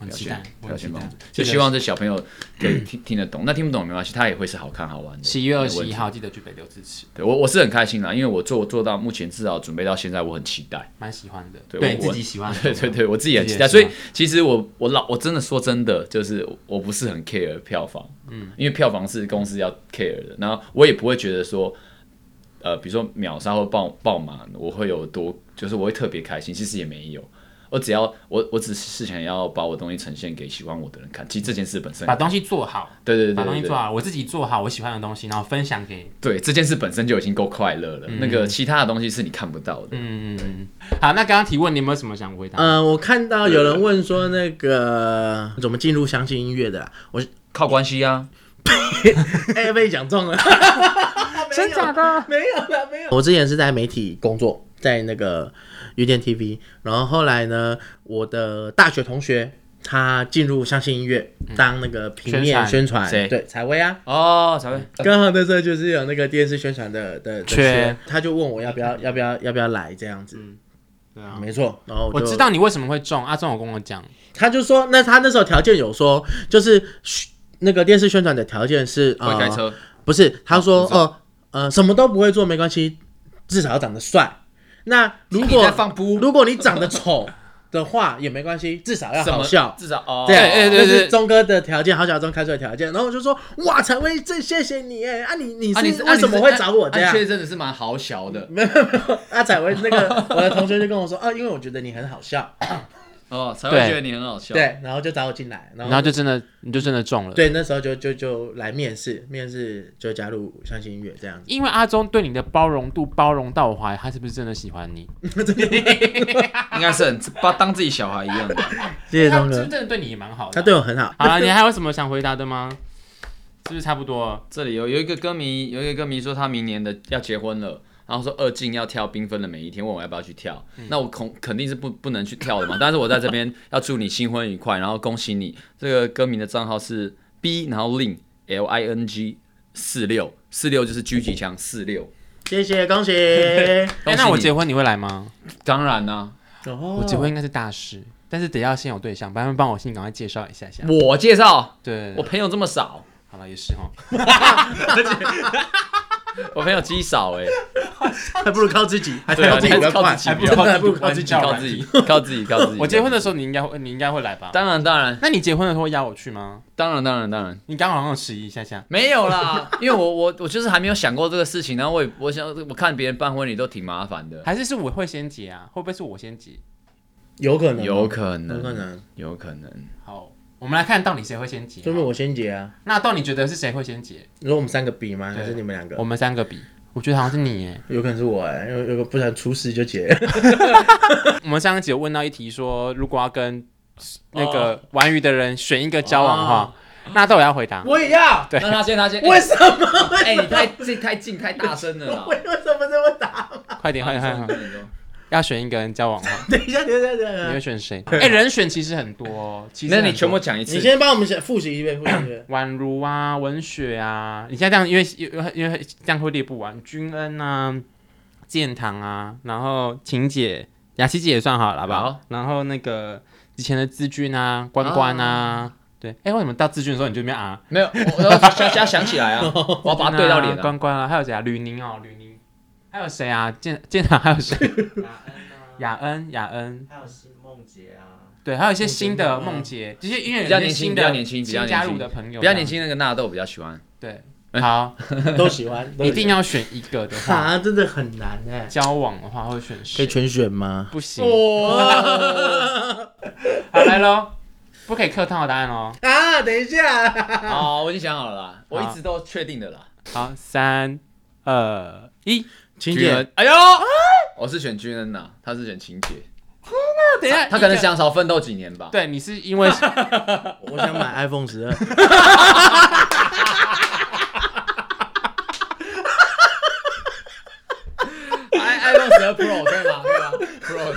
Speaker 1: 很
Speaker 3: 表
Speaker 1: 期
Speaker 3: 现
Speaker 1: 待，我很
Speaker 3: 表
Speaker 1: 期
Speaker 3: 现
Speaker 1: 待
Speaker 3: 方式，。就希望这小朋友可以听 (coughs) 听得懂，那听不懂没关系，他也会是好看好玩的。
Speaker 1: 十一月二
Speaker 3: 没
Speaker 1: 十
Speaker 3: 问
Speaker 1: 一
Speaker 3: 题，
Speaker 1: 号记得去北流支持，
Speaker 3: 对我我是很开心啦，因为我做做到目前至少准备到现在，我很期待。
Speaker 1: 蛮喜欢的，
Speaker 3: 对
Speaker 1: 对
Speaker 3: 我
Speaker 1: 自己喜欢的，
Speaker 3: (laughs) 对对对，我自己也很期待。
Speaker 1: 自己
Speaker 3: 所
Speaker 1: 也
Speaker 3: 以其实我我老我真的说真的，就是我不是很 care 票房，嗯，因为票房是公司要 care 的，然后我也不会觉得说，呃，比如说秒杀或爆爆满，我会有多，就是我会特别开心，其实也没有。我只要我我只是想要把我东西呈现给喜欢我的人看，其实这件事本身
Speaker 1: 把，东西做好，
Speaker 3: 对对对
Speaker 1: 把
Speaker 3: 对
Speaker 1: 东西
Speaker 3: 对
Speaker 1: 做好，我自己做好我喜欢的东西，然后分享给
Speaker 3: 对，这件事本身就已经够快乐了。那个其他的东西是你看不到的，
Speaker 1: 嗯嗯嗯嗯。好，那刚刚提问你有没有什么想回答？
Speaker 3: 嗯
Speaker 2: 呃，我看到有人问说那个怎么进入相信音乐的啦，啊我
Speaker 3: 靠关系啊。
Speaker 2: 哎、被你讲中了，
Speaker 1: (laughs) 真假的？
Speaker 2: 我之前是在媒体工作，在那个遇见 TV，然后后来呢，我的大学同学他进入相信音乐当那个平面宣
Speaker 1: 嗯宣
Speaker 2: 传，
Speaker 3: 谁
Speaker 2: 对，采薇啊。
Speaker 3: 哦，才会
Speaker 2: 刚好那时候就是有那个电视宣传的的的
Speaker 1: 缺
Speaker 2: 他就问我要不要要不要要不要来这样子，
Speaker 1: 对啊，
Speaker 2: 没错，然后
Speaker 1: 我
Speaker 2: 就
Speaker 1: 知，道你为什么会中，阿中有跟我讲，
Speaker 2: 他就说那他那时候条件有说，就是那个电视宣传的条件是
Speaker 3: 会开
Speaker 2: 呃
Speaker 3: 车，
Speaker 2: 不是，他说
Speaker 3: 不知道
Speaker 2: 哦呃什么都不会做没关系，至少要长得帅。那如
Speaker 3: 你在
Speaker 2: 果
Speaker 3: 放布
Speaker 2: 如果你长得丑的话也没关系，至少
Speaker 1: 嗯
Speaker 2: 要
Speaker 1: 啊
Speaker 3: 什
Speaker 2: 好
Speaker 3: 么
Speaker 2: 笑。
Speaker 3: 至少哦，
Speaker 2: 这样，
Speaker 6: 对对
Speaker 2: 这
Speaker 6: 对
Speaker 2: 是钟哥的条件，郝小钟开出的条件，然后我就说，哇，采薇，这谢谢你哎，啊你你
Speaker 3: 啊，你是啊
Speaker 2: 是为什么会找我这样
Speaker 3: 确？实真的是蛮好笑的
Speaker 2: 啊，采薇那个我的同学就跟我说，哦，因为我觉得你很好笑，
Speaker 3: 哦，才会
Speaker 6: 对
Speaker 3: 觉得你很好笑。，
Speaker 2: 对，然后就找我进来，然
Speaker 1: 然
Speaker 2: 后
Speaker 1: 后就真的你就真的中了。，
Speaker 2: 对那时候就就就来面试，面试就加入相信音乐这样子，
Speaker 1: 因为阿中对你的包容度包容到我怀疑他是不是真的喜欢你，
Speaker 3: 应该是很把当自己小孩一样的。 (laughs)
Speaker 2: 谢谢
Speaker 1: 他
Speaker 2: 钟
Speaker 1: 是不是
Speaker 2: 哥，
Speaker 1: 真的对你也蛮好的
Speaker 2: 他
Speaker 1: 啊。
Speaker 2: 对我很好，
Speaker 1: 好了，你还有什么想回答的吗？是不是差不多了？
Speaker 3: 这里有有一个歌迷，有一个歌迷说他明年的要结婚了。然后说二进要跳缤纷的每一天，问我要不要去跳。
Speaker 2: 嗯
Speaker 3: 那我肯肯定是不不能去跳的嘛。但是我在这边要祝你新婚愉快，然后恭喜你。这个歌迷的账号是 B，然后 Ling L I N G 四六四六就是狙击枪四六。
Speaker 2: 谢谢，恭喜。
Speaker 1: 哎、
Speaker 3: 恭喜
Speaker 1: 那我
Speaker 3: 你
Speaker 1: 结婚你会来吗？
Speaker 3: 当然啦、
Speaker 2: (laughs) 哦
Speaker 1: 我结婚应该是大事，但是得要先有对象，不然帮我先赶快介绍一下下。
Speaker 3: 我介绍，
Speaker 1: 对，
Speaker 3: 我朋友这么少，
Speaker 1: 好了也是哈，
Speaker 3: 我朋友极少哎、
Speaker 2: (laughs) 还不如靠自己，还
Speaker 3: 对啊
Speaker 2: 靠自己比较快，
Speaker 3: 你还
Speaker 1: 不如靠自己
Speaker 2: 还不如靠自己。
Speaker 3: 靠自己，靠自己，靠自己。
Speaker 1: 我结婚的时候你应该会，你应该会来吧？
Speaker 3: 当然当然
Speaker 1: 那你结婚的时候会邀我去吗？
Speaker 3: 当然当然当然
Speaker 1: 你刚好好像有迟疑一下下，
Speaker 3: 没有 (laughs) 啦，因为我我我就是还没有想过这个事情，然后我也我想我看别人办婚礼都挺麻烦的，
Speaker 1: 还是是我会先结啊？会不会是我先结？
Speaker 2: 有可能，
Speaker 3: 有可
Speaker 2: 能，有可
Speaker 3: 能，
Speaker 2: 能，
Speaker 3: 有可能。
Speaker 1: 好，我们来看到底谁会先结
Speaker 2: 说
Speaker 1: 啊。
Speaker 2: 明我先结啊。
Speaker 1: 那到底觉得是谁会先结？
Speaker 2: 如果我们三个比吗？
Speaker 1: 对
Speaker 2: 还是你们两个
Speaker 1: 我？们三个比，我觉得好像是你耶。
Speaker 2: 有可能是我哎，因为有个不然出事就结。
Speaker 1: (laughs) 我们上一集有问到一题说，如果要跟那个玩鱼的人选一个交往的话，那到底要回答？
Speaker 2: (laughs) 我也要，
Speaker 1: 对
Speaker 3: 那他先他先，
Speaker 2: (laughs) 为什么？
Speaker 3: 哎，你太这太近太大声了啦。
Speaker 2: (laughs) 为为什么这么打？
Speaker 1: 快点，快点，快点快点！要选一个人交往的话，
Speaker 2: 等一下，等一下，等
Speaker 1: 你会
Speaker 2: 一下。
Speaker 1: 选谁？哎，人选其实很多哦，其实
Speaker 3: 那
Speaker 1: 很多。
Speaker 3: 你全部讲一次
Speaker 2: 你，先帮我们先复习一遍，复习一遍
Speaker 1: 宛如啊、文雪啊，你像这样，因为因为这样会列不完，君恩啊、建堂啊，然后晴姐、雅琪姐也算好了，好不好
Speaker 3: 好？
Speaker 1: 然后那个以前的资俊啊、关关啊，对，哎，为什么到资俊的时候你就没有啊？
Speaker 3: 没有，我我想想想起来 (laughs) 啊，我要把它对到脸
Speaker 1: 啊
Speaker 3: (laughs) 啊。
Speaker 1: 关关啊，还有谁啊？吕宁哦，吕宁，还有谁啊？建建堂还有 (laughs) 谁？雅恩，雅恩，
Speaker 4: 啊还有新梦洁啊，
Speaker 1: 对，还有一些新的
Speaker 2: 梦洁
Speaker 1: 梦洁，这些因为有
Speaker 3: 比较
Speaker 1: 些
Speaker 3: 年轻
Speaker 1: 新
Speaker 3: 比较
Speaker 1: 的
Speaker 3: 年轻比较
Speaker 1: 新
Speaker 3: 年
Speaker 1: 加入
Speaker 3: 轻
Speaker 1: 的朋友，
Speaker 3: 比较年，轻那个纳豆比较喜欢，
Speaker 1: 对，哎好，
Speaker 2: 都喜欢，
Speaker 1: 一定
Speaker 2: 要。
Speaker 1: 要选一个的话。
Speaker 2: 啊，真的很难哎。
Speaker 1: 交往的话会选哦
Speaker 2: 可
Speaker 1: 谁？
Speaker 2: 以全选吗？
Speaker 1: 不行，
Speaker 2: 哦哇
Speaker 1: 好来喽，不可以客套答案哦。
Speaker 2: (laughs) 啊！等一下，
Speaker 3: (laughs) 哦，我已经想好了啦，我一
Speaker 1: 好
Speaker 3: 直都确定的啦。
Speaker 1: 好，三二一，啊
Speaker 2: 晴
Speaker 3: 君
Speaker 2: 姐 (laughs)
Speaker 3: 啊恩，哎呦，我是选君恩呐，他是选晴姐。
Speaker 1: 等一下，
Speaker 3: 他可能想少奋斗几年吧。
Speaker 1: 对你是 (laughs) 因为哎
Speaker 2: 我想买 iPhone 十二， (laughs)
Speaker 3: i iPhone 十二 Pro 可以吗？可以吗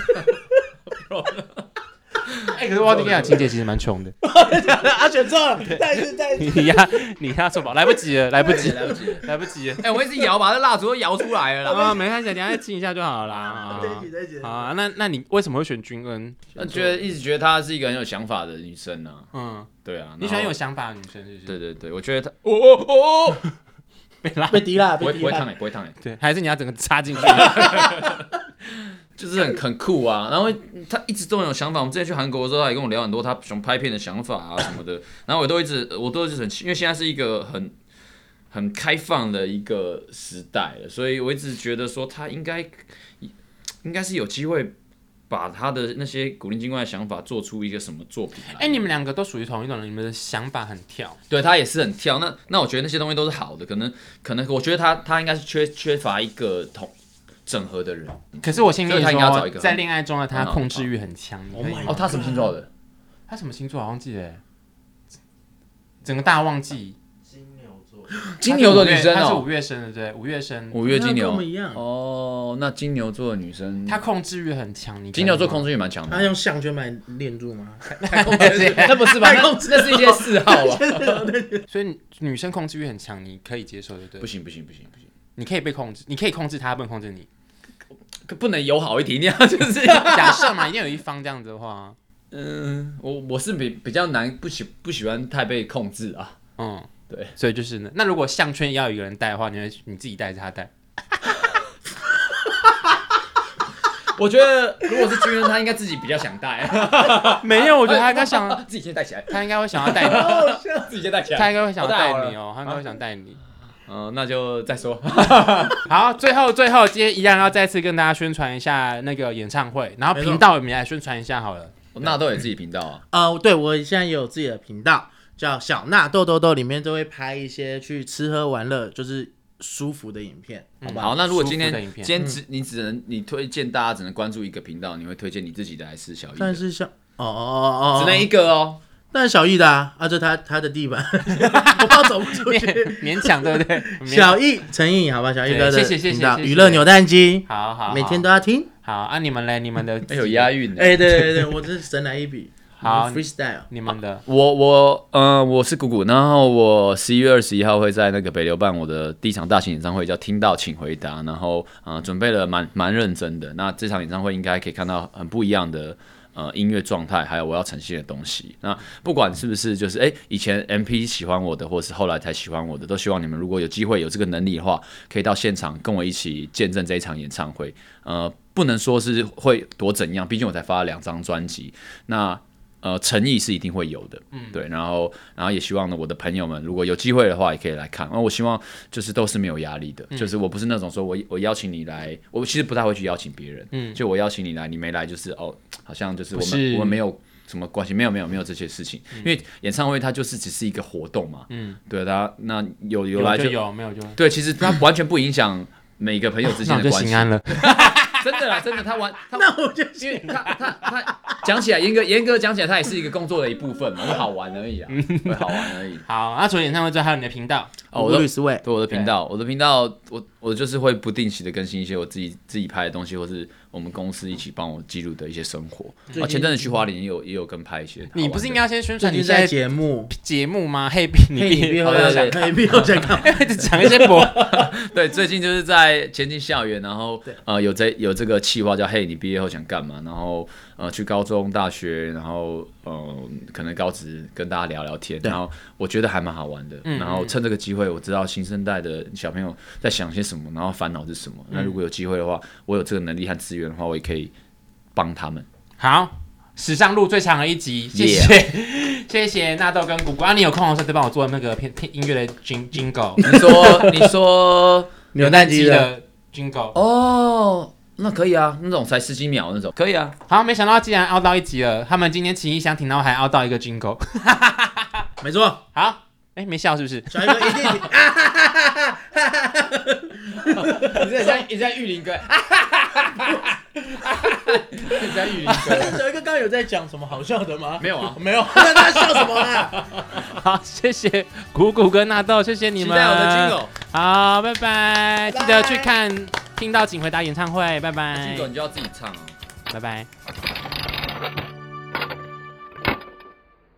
Speaker 3: ？Pro (laughs)
Speaker 1: 哎、可是我要跟你讲，晴姐其实蛮穷的， (laughs)
Speaker 2: 啊，选中了，再一次，再一次，
Speaker 1: 你压你压错宝，来不及了，来不及
Speaker 3: 来
Speaker 1: (laughs) 了，
Speaker 3: 不及了。
Speaker 1: 来不及了。
Speaker 3: 哎，我一直摇，把那蜡烛都摇出来了啦。
Speaker 1: 啊，没关系，等一下亲一下就好 (laughs) 了啦。啊
Speaker 2: 再一起，再一起。
Speaker 1: 好啊，那那你为什么会选君恩？
Speaker 3: 那觉得一直觉得她是一个很有想法的女生呢。
Speaker 1: 嗯，
Speaker 3: 对啊，
Speaker 1: 你喜欢
Speaker 3: 然后
Speaker 1: 有？想法的女生是不是？
Speaker 3: 对对对，我觉得她哦哦哦哦，
Speaker 1: (laughs) 被拉
Speaker 2: 被敌啦，
Speaker 3: 不
Speaker 2: 被
Speaker 3: 会
Speaker 2: 敌
Speaker 3: 不会烫
Speaker 2: 啦。
Speaker 3: 哎，不会烫哎，
Speaker 1: 对，还是你要整个插进去？
Speaker 3: 就是很很酷啊。然后她一直都很有想法。我们之前去韩国的时候，她也跟我聊很多她想拍片的想法啊什么的。然后我都一直我都一直很，因为现在是一个很很开放的一个时代了，所以我一直觉得说她应该应该是有机会。把她的那些古灵精怪的想法做出一个什么作品来？
Speaker 1: (laughs) 哎、你们两个都属于同一种人，你们的想法很 (laughs) 跳。
Speaker 3: 对他也是很跳。那那我觉得那些东西都是好的，可能可能我觉得他他应该是缺缺乏一个统整合的人。
Speaker 1: 可是我心里
Speaker 3: 所以他应该要找一
Speaker 1: 说，
Speaker 3: 个
Speaker 1: 在恋爱中的他
Speaker 3: 很好
Speaker 1: 控制欲很强。你可以
Speaker 2: Oh my
Speaker 3: 哦，他什么星座的？
Speaker 1: 他什么星座啊？忘记了欸，整个大忘记。
Speaker 4: 金牛座，
Speaker 3: 金牛的女生
Speaker 1: 她是
Speaker 3: 哦
Speaker 1: 五，月生嗯的，对，五月生，
Speaker 3: 五月金
Speaker 2: 跟
Speaker 3: 牛
Speaker 2: 我们一样
Speaker 3: 哦。那金牛座的女生，
Speaker 1: 她控制欲很强。你
Speaker 3: 金牛座控
Speaker 1: 制
Speaker 3: 制欲蛮强
Speaker 2: 他
Speaker 3: (laughs) 的。
Speaker 2: 用项圈把你链住吗？
Speaker 3: 那不是吧？那那是一些嗜好啊吧？
Speaker 1: (laughs) 所以女生控制欲很强，你可以接受，对不对？
Speaker 3: 不行不行不行不行，
Speaker 1: 你可以被控制，你可以控制她，不能控制你。 (laughs)
Speaker 3: 可不能友好一点，那样 (laughs) 就是。
Speaker 1: 假设嘛，一定有一方这样子的话，
Speaker 3: 嗯，我我是比比较难，不喜不喜欢太被控制啊。
Speaker 1: 嗯，
Speaker 3: 对。
Speaker 1: 所以就是呢，那如果项圈要有一个人戴的话，你会你自己戴还是他戴？
Speaker 3: 我觉得如果是军人，他应该自己比较想戴，
Speaker 1: 没 (laughs) 有，我觉得他应该想，
Speaker 3: (laughs) 自己先戴起来，
Speaker 1: 他应该会想要戴你，
Speaker 3: 自己先戴起来。
Speaker 1: 他应该会想要
Speaker 3: 我戴好
Speaker 1: 戴
Speaker 3: 了
Speaker 1: 你哦，他应该会想戴你。
Speaker 3: 嗯，那就
Speaker 1: (laughs)
Speaker 3: 再说。
Speaker 1: 好，最后最后，今天一样要再次跟大家宣传一下那个演唱会，然后
Speaker 2: 没错
Speaker 1: 频道我们也来宣传一下好了。
Speaker 3: 纳豆也自己频道啊，
Speaker 2: 呃，对我现在也有自己的频道，叫小纳豆豆豆，里面都会拍一些去吃喝玩乐，就是舒服的影片，好不好？
Speaker 3: 好，那如果
Speaker 1: 舒服
Speaker 3: 今天
Speaker 1: 的影片嗯
Speaker 3: 今天只你只能你推荐大家只能关注一个频道，你会推荐你自己的还是小易的？
Speaker 2: 但是像哦哦哦哦，
Speaker 3: 只能一个哦。
Speaker 2: 但是小易的啊，啊，这他他的地板，我怕走不出去。
Speaker 1: 勉强对不对？勉
Speaker 2: 小易陈毅，好吧，小易哥的
Speaker 1: 对谢谢谢谢
Speaker 2: 频道
Speaker 1: 谢谢
Speaker 2: 娱乐扭蛋机，
Speaker 1: 好好好，
Speaker 2: 每天都要听。
Speaker 1: 好啊！你们嘞，你们的
Speaker 3: 哎，有押韵的。
Speaker 2: 哎，对对对对，我真是神来一笔，
Speaker 1: 好
Speaker 2: freestyle。
Speaker 1: 你们的
Speaker 3: 我我呃我是谷谷，然后我十一月二十一号会在那个北流办我的第一场大型演唱会，叫《听到请回答》，然后呃准备了蛮蛮认真的。那这场演唱会应该可以看到很不一样的呃音乐状态，还有我要呈现的东西。那不管是不是就是哎、以前 MP 喜欢我的，或是后来才喜欢我的，都希望你们如果有机会有这个能力的话，可以到现场跟我一起见证这一场演唱会。呃，不能说是会多怎样，毕竟我才发了两张专辑。那呃，诚意是一定会有的，嗯，对，然后，然后也希望呢，我的朋友们如果有机会的话，也可以来看。那、我希望就是都是没有压力的，就是我不是那种说我我邀请你来，我其实不太会去邀请别人，嗯，就我邀请你来，你没来就是哦，好像就是我们
Speaker 1: 是
Speaker 3: 我们没有什么关系，没有没有没有这些事情，因为演唱会它就是只是一个活动嘛，嗯，对，大家那有有啊来
Speaker 1: 就有，没有就
Speaker 3: 对，其实它完全不影响每个朋友
Speaker 1: 那
Speaker 3: 之间
Speaker 1: 我
Speaker 3: 的
Speaker 1: 就
Speaker 3: 关系
Speaker 1: 心，安了。
Speaker 3: 真的啦，啊真的，他完他
Speaker 2: 那我就
Speaker 3: 因为他他他讲起来，严格严格讲起来，他也是一个工作的一部分嘛，会好玩而已啊，
Speaker 1: 嗯
Speaker 3: 会好玩而已。
Speaker 1: 好，啊那除了演唱会之外，还有你的频道，
Speaker 3: 哦，我
Speaker 2: 律
Speaker 3: 的
Speaker 2: 师位，
Speaker 3: 对我的频道，我的频道，我我就是会不定期的更新一些我自己自己拍的东西，或是我们公司一起帮我记录的一些生活。啊，前阵子去花莲也有也有跟拍一些好玩的。
Speaker 1: 你不是应该要先宣
Speaker 2: 最
Speaker 1: 传你
Speaker 2: 近
Speaker 1: 现在
Speaker 2: 在节目，
Speaker 1: 节目吗？嘿，必你
Speaker 2: 嘿，你必
Speaker 1: 必
Speaker 2: 要
Speaker 3: 好的
Speaker 2: 讲，
Speaker 3: 对
Speaker 2: 嘿，必要讲干嘛？
Speaker 1: 一直 (laughs) 讲一些博，
Speaker 4: (laughs)
Speaker 3: (laughs) 对，最近就是在前进校园，然后呃有这有这个企划叫“嘿，你毕业后想干嘛？”然后呃去高中、大学，然后呃可能高职跟大家聊聊天，
Speaker 2: 对
Speaker 3: 然后我觉得还蛮好玩的。然后趁这个机会，我知道新生代的小朋友在想些什么，然后烦恼是什么。那如果有机会的话，我有这个能力和资源的话，我也可以帮他们。
Speaker 1: 好，史上录最长的一集，谢谢谢 (laughs) 谢纳豆跟谷谷。啊，你有空的时候再帮我做那个片片音乐的 jing
Speaker 4: (laughs)
Speaker 1: jingle，
Speaker 3: (laughs) 你说，你说，
Speaker 2: 扭蛋机
Speaker 1: 记
Speaker 2: 的，
Speaker 1: 得 jingle。
Speaker 3: 哦，那可以啊，那种才十几秒那种，可以啊。
Speaker 1: 好，没想到竟然凹到一集了，他们今天情谊相挺，然后还凹到一个 jingle。 (laughs)
Speaker 2: 没错， (laughs)
Speaker 1: 好，哎，没笑是不是？
Speaker 2: 小一哥一定，啊哈哈哈哈哈哈
Speaker 4: 你这很像你在玉
Speaker 1: (laughs)
Speaker 4: 林哥， (laughs) 哈哈哈哈哈哈，你在玉林哥，
Speaker 2: 有一个刚刚有在讲什么好笑的吗？
Speaker 3: 没有啊，
Speaker 2: 没有， (laughs) 那他笑什么啊？
Speaker 1: 好，谢谢谷谷跟纳豆，谢谢你
Speaker 3: 期
Speaker 1: 们。
Speaker 3: 待我的 Jingle。
Speaker 1: 好，拜拜，记得去看听到请回答演唱会，拜拜，
Speaker 3: Jingle 你就要自己唱啊。
Speaker 1: 拜拜。